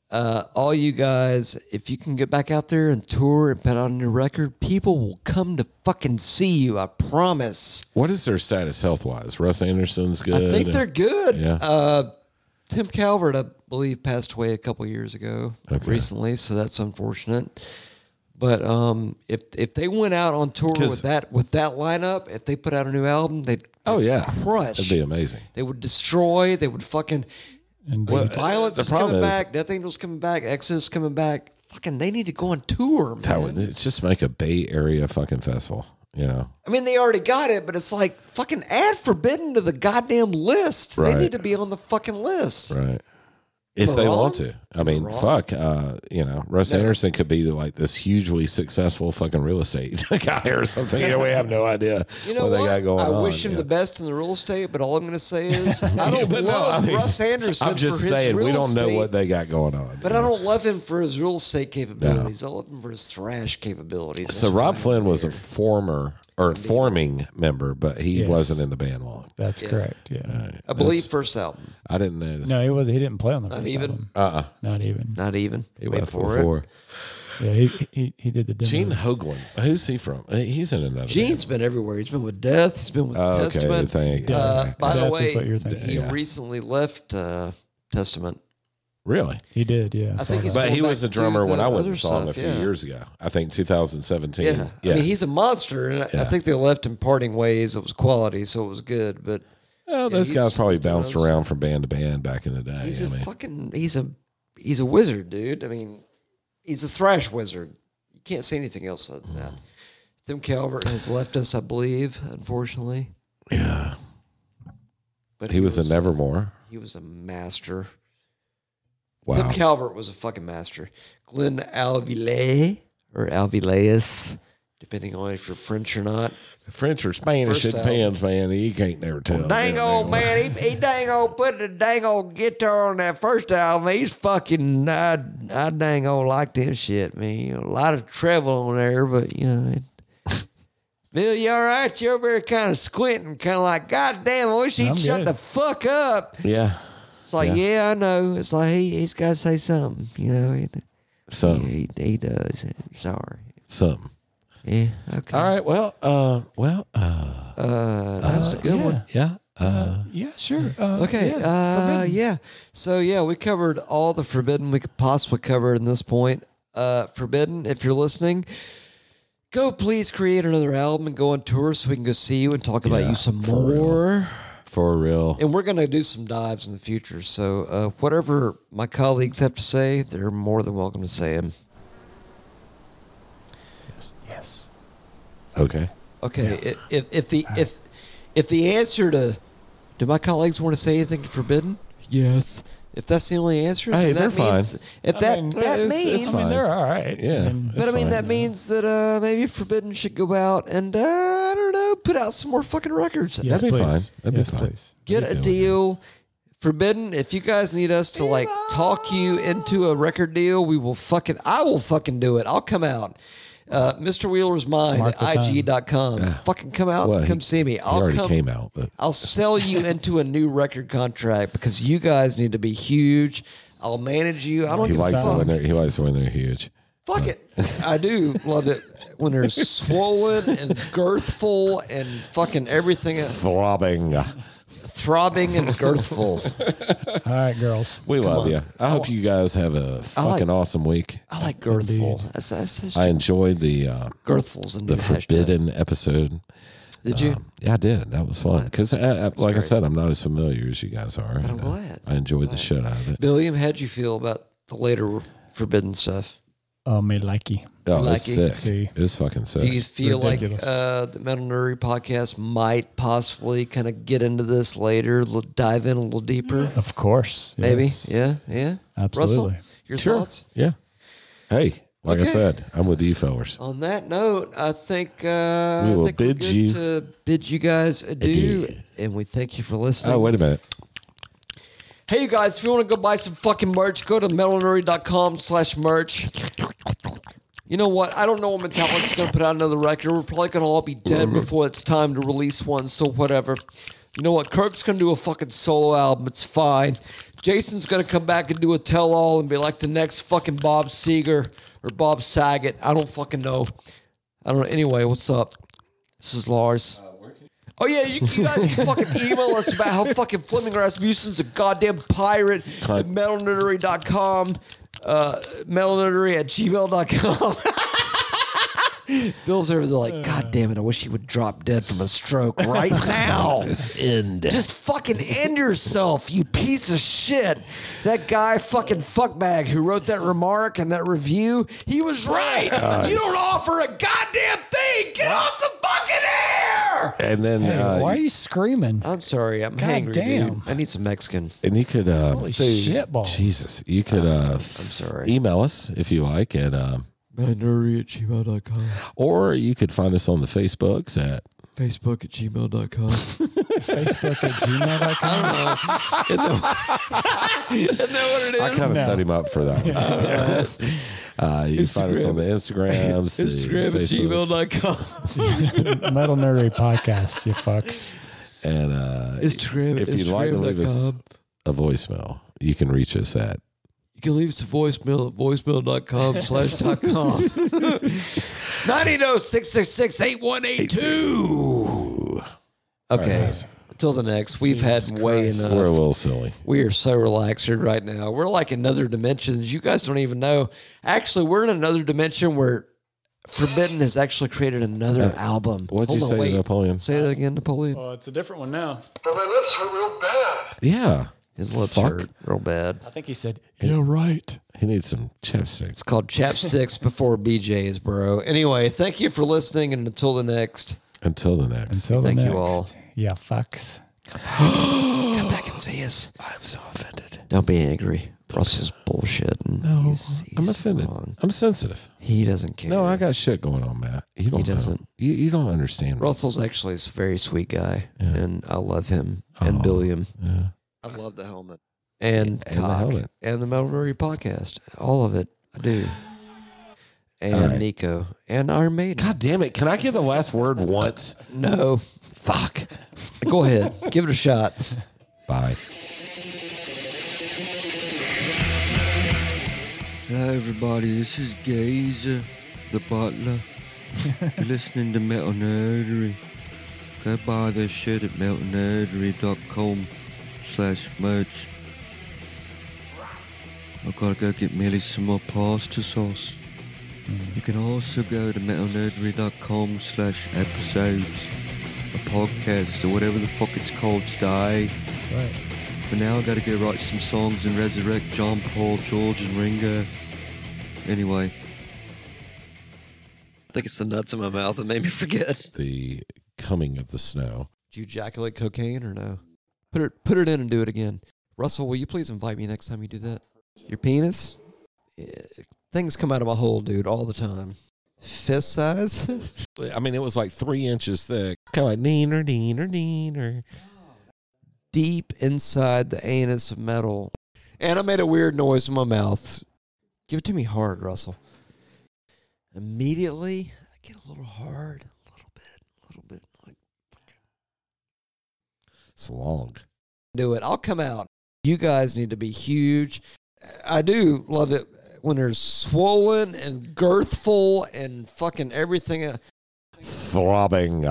Speaker 2: uh, all you guys, if you can get back out there and tour and put out a new record, people will come to fucking see you. I promise.
Speaker 1: what is their status health wise? Russ Anderson's good.
Speaker 2: I think they're good.
Speaker 1: Yeah.
Speaker 2: Uh, Tim Calvert, I believe, passed away a couple years ago
Speaker 1: Okay.
Speaker 2: recently, so that's unfortunate. But um, if if they went out on tour
Speaker 1: 'Cause-
Speaker 2: with that with that lineup, if they put out a new album, they'd
Speaker 1: Oh yeah,
Speaker 2: crush.
Speaker 1: That'd be amazing.
Speaker 2: they would destroy. They would fucking
Speaker 3: Indeed.
Speaker 2: violence
Speaker 1: uh, the
Speaker 2: is coming
Speaker 1: problem is-
Speaker 2: back. Death Angel's coming back. Exodus is coming back. Fucking, they need to go on tour, man.
Speaker 1: That would it's just make a Bay Area fucking festival. You know,
Speaker 2: I mean, they already got it, but it's like fucking add Forbidden to the goddamn list.
Speaker 1: Right.
Speaker 2: They need to be on the fucking list.
Speaker 1: right? If
Speaker 2: I
Speaker 1: they
Speaker 2: wrong?
Speaker 1: want to, I mean,
Speaker 2: wrong?
Speaker 1: fuck. Uh, you know, Russ Anderson could be like this hugely successful fucking real estate guy or something. You know, we have no idea
Speaker 2: You know
Speaker 1: what,
Speaker 2: what?
Speaker 1: they got going
Speaker 2: I
Speaker 1: on.
Speaker 2: wish him
Speaker 1: yeah.
Speaker 2: the best in the real estate, but all I'm going to say is I don't
Speaker 1: But no,
Speaker 2: love
Speaker 1: I mean,
Speaker 2: Russ Anderson.
Speaker 1: I'm just
Speaker 2: for his
Speaker 1: saying
Speaker 2: real
Speaker 1: we don't know
Speaker 2: estate,
Speaker 1: what they got going on.
Speaker 2: But
Speaker 1: you
Speaker 2: I
Speaker 1: know?
Speaker 2: don't love him for his real estate capabilities. I love him for his thrash capabilities.
Speaker 1: So
Speaker 2: That's what
Speaker 1: Rob
Speaker 2: I-
Speaker 1: Flynn was a former or forming member, but he
Speaker 3: Yes.
Speaker 1: wasn't in the band long.
Speaker 3: That's correct. Yeah.
Speaker 2: I believe first album,
Speaker 1: I didn't notice.
Speaker 3: No, he was. He didn't play on the
Speaker 2: Not
Speaker 3: first
Speaker 2: even?
Speaker 3: album. Uh. uh Not even.
Speaker 2: not even.
Speaker 1: He
Speaker 2: Wait
Speaker 1: was
Speaker 2: for
Speaker 1: before.
Speaker 2: it.
Speaker 3: Yeah. He he, he did the demos.
Speaker 1: Gene Hoagland. Who's he from? Uh, He's in another.
Speaker 2: Gene's been everywhere. He's been with Death. He's been with
Speaker 1: band. Oh, okay.
Speaker 2: Testament.
Speaker 1: Thank,
Speaker 2: Uh, by
Speaker 3: Death
Speaker 2: the
Speaker 3: is
Speaker 2: way,
Speaker 3: what you're thinking.
Speaker 2: he
Speaker 1: Yeah.
Speaker 2: recently left uh, Testament.
Speaker 1: really?
Speaker 3: He did. Yeah.
Speaker 2: I
Speaker 3: saw
Speaker 2: think he's-
Speaker 3: that.
Speaker 1: But he
Speaker 2: going
Speaker 1: was
Speaker 2: back
Speaker 1: a drummer
Speaker 2: to
Speaker 1: when
Speaker 2: the
Speaker 1: I went
Speaker 2: other
Speaker 1: and saw him a
Speaker 2: stuff,
Speaker 1: few
Speaker 2: yeah.
Speaker 1: years ago. I think 2017.
Speaker 2: Yeah. I mean, he's a monster, and I, I
Speaker 1: Yeah.
Speaker 2: think they left in parting ways. It was quality, so it was good, but
Speaker 1: well,
Speaker 2: yeah,
Speaker 1: those
Speaker 2: he's-
Speaker 1: guys probably
Speaker 2: he's doing
Speaker 1: bounced
Speaker 2: those-
Speaker 1: around from band to band back in the day.
Speaker 2: he's
Speaker 1: I
Speaker 2: a
Speaker 1: mean,
Speaker 2: fucking he's a he's a wizard, dude. I mean, he's a thrash wizard. You can't say anything else other than that. Tim Calvert has left us, I believe, unfortunately.
Speaker 1: yeah.
Speaker 2: But
Speaker 1: He, was, in Nevermore.
Speaker 2: he was a master. Tim
Speaker 1: Wow.
Speaker 2: Calvert was a fucking master. Glenn Alvilay or Alvileus, depending on if you're French or not.
Speaker 1: French or Spanish,
Speaker 2: First
Speaker 1: it depends, man. You can't never tell.
Speaker 2: Dang old man, he, he dang old put the dang old guitar on that first album. He's fucking, I, I dang old like this shit, man. You know, a lot of treble on there, but you know. It, Bill, you all right? You're over here kind of squinting, kind of like, God damn, I wish he'd
Speaker 3: I'm
Speaker 2: shut
Speaker 3: good.
Speaker 2: the fuck up.
Speaker 1: Yeah.
Speaker 2: It's like, yeah, I know. It's like, he, he's got to say something, you know. He, yeah,
Speaker 1: Some,
Speaker 2: he, he does. I'm sorry.
Speaker 1: some.
Speaker 2: Yeah, okay.
Speaker 1: All right. Well, uh, well, uh,
Speaker 2: Uh, that was a good one.
Speaker 1: yeah. Uh,
Speaker 3: Yeah. Sure. Uh,
Speaker 2: Okay.
Speaker 3: Yeah.
Speaker 2: uh,
Speaker 3: Forbidden.
Speaker 2: yeah. So yeah, we covered all the forbidden we could possibly cover in this point. Uh, forbidden, if you're listening, go please create another album and go on tour so we can go see you and talk about
Speaker 1: Yeah,
Speaker 2: you some
Speaker 1: for real.
Speaker 2: more.
Speaker 1: For real.
Speaker 2: And we're going to do some dives in the future. So, uh, whatever my colleagues have to say, they're more than welcome to say them.
Speaker 3: Yes.
Speaker 1: Okay.
Speaker 2: Okay. i- If, if the if if the answer to do my colleagues want to say anything forbidden? Yes. If that's the only answer,
Speaker 1: Hey,
Speaker 2: then
Speaker 1: they're
Speaker 2: that means,
Speaker 1: fine.
Speaker 2: If that
Speaker 3: mean,
Speaker 1: it's-
Speaker 2: that
Speaker 1: it's
Speaker 2: means,
Speaker 3: I mean,
Speaker 1: fine.
Speaker 3: they're all right.
Speaker 1: Yeah.
Speaker 3: I mean,
Speaker 1: It's
Speaker 2: but I mean
Speaker 1: fine.
Speaker 2: that means that uh, maybe forbidden should go out and uh, I don't know, put out some more fucking records.
Speaker 3: yes,
Speaker 1: That'd be
Speaker 3: please.
Speaker 1: fine. That'd be
Speaker 3: yes,
Speaker 1: fine.
Speaker 3: please.
Speaker 2: Get
Speaker 1: you
Speaker 2: a
Speaker 1: doing?
Speaker 2: deal. Forbidden. If you guys need us to like talk you uh. into a record deal, we will fucking. I will fucking do it. I'll come out. Uh, Mr. Wheeler's mind
Speaker 3: Mark
Speaker 2: at
Speaker 3: the time.
Speaker 2: ig.com. Fucking come out
Speaker 1: Well,
Speaker 2: and
Speaker 1: he-
Speaker 2: come see me.
Speaker 1: he
Speaker 2: I'll
Speaker 1: already
Speaker 2: come,
Speaker 1: came out, but
Speaker 2: I'll sell you into a new record contract because you guys need to be huge. I'll manage you. I don't
Speaker 1: he
Speaker 2: give a
Speaker 1: likes it
Speaker 2: fuck.
Speaker 1: when they're he likes it when they're huge.
Speaker 2: Fuck it. I do love it when they're swollen and girthful and fucking everything else.
Speaker 1: Throbbing.
Speaker 2: throbbing and girthful.
Speaker 3: All right, girls.
Speaker 1: We love you. I hope you guys have a fucking awesome week.
Speaker 2: I like girthful. That's, that's, that's
Speaker 1: I enjoyed the uh,
Speaker 2: girthful's in the,
Speaker 1: the forbidden episode.
Speaker 2: Hashtag. Did you?
Speaker 1: Um, yeah, I did. That was fun because, like I said, I'm not as familiar as you guys are. But
Speaker 2: I'm glad.
Speaker 1: I enjoyed the shit out of it.
Speaker 2: Oh, Billiam, how'd you feel about the later forbidden stuff?
Speaker 3: Oh, me likey.
Speaker 1: Oh, it's
Speaker 2: Lucky.
Speaker 1: sick.
Speaker 3: See.
Speaker 1: It's fucking
Speaker 2: Do you
Speaker 1: sick.
Speaker 2: feel
Speaker 3: ridiculous.
Speaker 2: like uh, the Metal Nerdy podcast might possibly kind of get into this later, l- dive in a little deeper?
Speaker 3: Of course.
Speaker 2: Maybe.
Speaker 3: Mm-hmm. yes.
Speaker 2: Yeah. Yeah.
Speaker 3: Absolutely.
Speaker 2: Russell, your thoughts?
Speaker 1: Yeah. Hey, like I
Speaker 2: Okay. Oh,
Speaker 1: said, I'm with you fellas.
Speaker 2: On that note, I think uh,
Speaker 1: We
Speaker 2: I
Speaker 1: will
Speaker 2: think we're
Speaker 1: bid
Speaker 2: good
Speaker 1: you
Speaker 2: to bid you guys adieu, and we thank you for listening.
Speaker 1: Oh, wait a minute.
Speaker 2: Hey, you guys, if you want to go buy some fucking merch, go to metalnerdy.com slash merch. You know what? I don't know when Metallica's going to put out another record. We're probably going to all be dead before it's time to release one, so whatever. You know what? Kirk's going to do a fucking solo album. It's fine. Jason's going to come back and do a tell all and be like the next fucking Bob Seger or Bob Saget. I don't fucking know. I don't know. Anyway, what's up? This is Lars. Oh yeah, you, you guys can fucking email us about how fucking Fleming Rasmussen's a goddamn pirate
Speaker 1: Cunt.
Speaker 2: at metalnerdery.com, uh, metalnerdery at gmail.com. Bill's over there like, God damn it, I wish he would drop dead from a stroke right now. Just fucking end yourself, you piece of shit. That guy fucking fuckbag who wrote that remark and that review, he was right. You don't offer a goddamn thing. Get off the fucking air.
Speaker 1: And then,
Speaker 3: Hey,
Speaker 1: uh,
Speaker 3: why are you screaming?
Speaker 2: I'm sorry. I'm
Speaker 3: God
Speaker 2: hangry,
Speaker 3: damn.
Speaker 2: dude. I need some Mexican.
Speaker 1: and you could, uh,
Speaker 3: Holy
Speaker 1: say-
Speaker 3: shit balls.
Speaker 1: Jesus, you could, uh, I'm
Speaker 2: sorry.
Speaker 1: email us if you like, and, um,
Speaker 2: Manuri at gmail.com.
Speaker 1: or you could find us on the Facebooks at
Speaker 2: Facebook at gmail.com.
Speaker 3: Facebook at gmail.com.
Speaker 1: I kind of
Speaker 3: No.
Speaker 1: set him up for that. One. uh, you can find us on the Instagrams, the Facebooks,
Speaker 2: gmail.com.
Speaker 3: Metal Nerdery Podcast, you fucks.
Speaker 1: and uh,
Speaker 2: Instagram
Speaker 1: If you'd like to leave us
Speaker 2: Instagram.com.
Speaker 1: a voicemail, you can reach us at.
Speaker 2: You can leave us a voicemail at voicemail.com slash dot com. 980-666-8182. Okay. Until the next, we've had way enough.
Speaker 1: We're a little silly.
Speaker 2: We are so relaxed here right now. We're like in other dimensions. You guys don't even know. Actually, we're in another dimension where Forbidden has actually created another album.
Speaker 1: Uh, What'd you
Speaker 2: Hold on,
Speaker 1: say
Speaker 2: wait.
Speaker 1: to Napoleon?
Speaker 2: Say that again, Napoleon.
Speaker 3: Well, it's a different one now.
Speaker 6: And my lips hurt real bad.
Speaker 1: Yeah,
Speaker 2: His lips
Speaker 1: fuck.
Speaker 2: hurt real bad.
Speaker 3: I think he said,
Speaker 1: yeah, right. He needs some chapsticks.
Speaker 2: It's called Chapsticks Before BJ's, bro. Anyway, thank you for listening, and until the next,
Speaker 1: Until the next.
Speaker 3: until the
Speaker 2: Thank you
Speaker 3: next.
Speaker 2: all.
Speaker 3: Yeah, fucks.
Speaker 2: come back and see us.
Speaker 1: I'm so offended.
Speaker 2: Don't be angry. Russell's bullshit. And
Speaker 1: No,
Speaker 2: he's, he's
Speaker 1: I'm offended.
Speaker 2: wrong.
Speaker 1: I'm sensitive.
Speaker 2: He doesn't care.
Speaker 1: No, I got shit going on, Matt. You don't. know.
Speaker 2: doesn't.
Speaker 1: You, you don't understand.
Speaker 2: Russell's actually a very sweet guy, and I love him and
Speaker 1: Aw.
Speaker 2: Billiam.
Speaker 1: Yeah.
Speaker 2: I love the helmet and,
Speaker 1: And the
Speaker 2: cock
Speaker 1: helmet.
Speaker 2: and the Melbury podcast, all of it. I do. And
Speaker 1: right.
Speaker 2: Nico and Iron Maiden.
Speaker 1: God damn it! Can I get the last word once?
Speaker 2: No,
Speaker 1: Fuck.
Speaker 2: go ahead, give it a shot.
Speaker 1: Bye.
Speaker 10: Hello, everybody. This is Gazer, the butler. You're listening to Metal Nerdery. Go buy their shit at metalnerdery.com slash merch. I've got to go get Millie some more pasta sauce. You can also go to metalnerdery.com slash episodes a podcast or whatever the fuck it's called today.
Speaker 3: Right.
Speaker 10: But now I gotta go write some songs and resurrect John Paul, George, and Ringo. Anyway,
Speaker 2: I think it's the nuts in my mouth that made me forget.
Speaker 1: the coming of the snow.
Speaker 2: Do you ejaculate cocaine or no? Put it put it in and do it again. Russell, will you please invite me next time you do that? Your penis? Yeah, things come out of my hole, dude, all the time. Fist size?
Speaker 1: I mean, it was like three inches thick. Kind of like neener, neener, neener.
Speaker 2: Deep inside the anus of metal. And I made a weird noise in my mouth. Give it to me hard, Russell. Immediately, I get a little hard, a little bit, a little bit. Like,
Speaker 1: It's long.
Speaker 2: do it. I'll come out. You guys need to be huge. I do love it when they're swollen and girthful and fucking everything uh,
Speaker 1: Throbbing.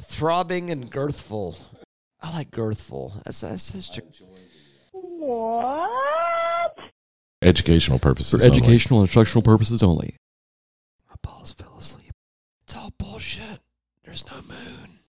Speaker 2: throbbing and girthful. I like girthful. That's that's such a
Speaker 1: Educational purposes. only.
Speaker 2: instructional purposes only. My balls fell asleep. It's all bullshit. There's no moon.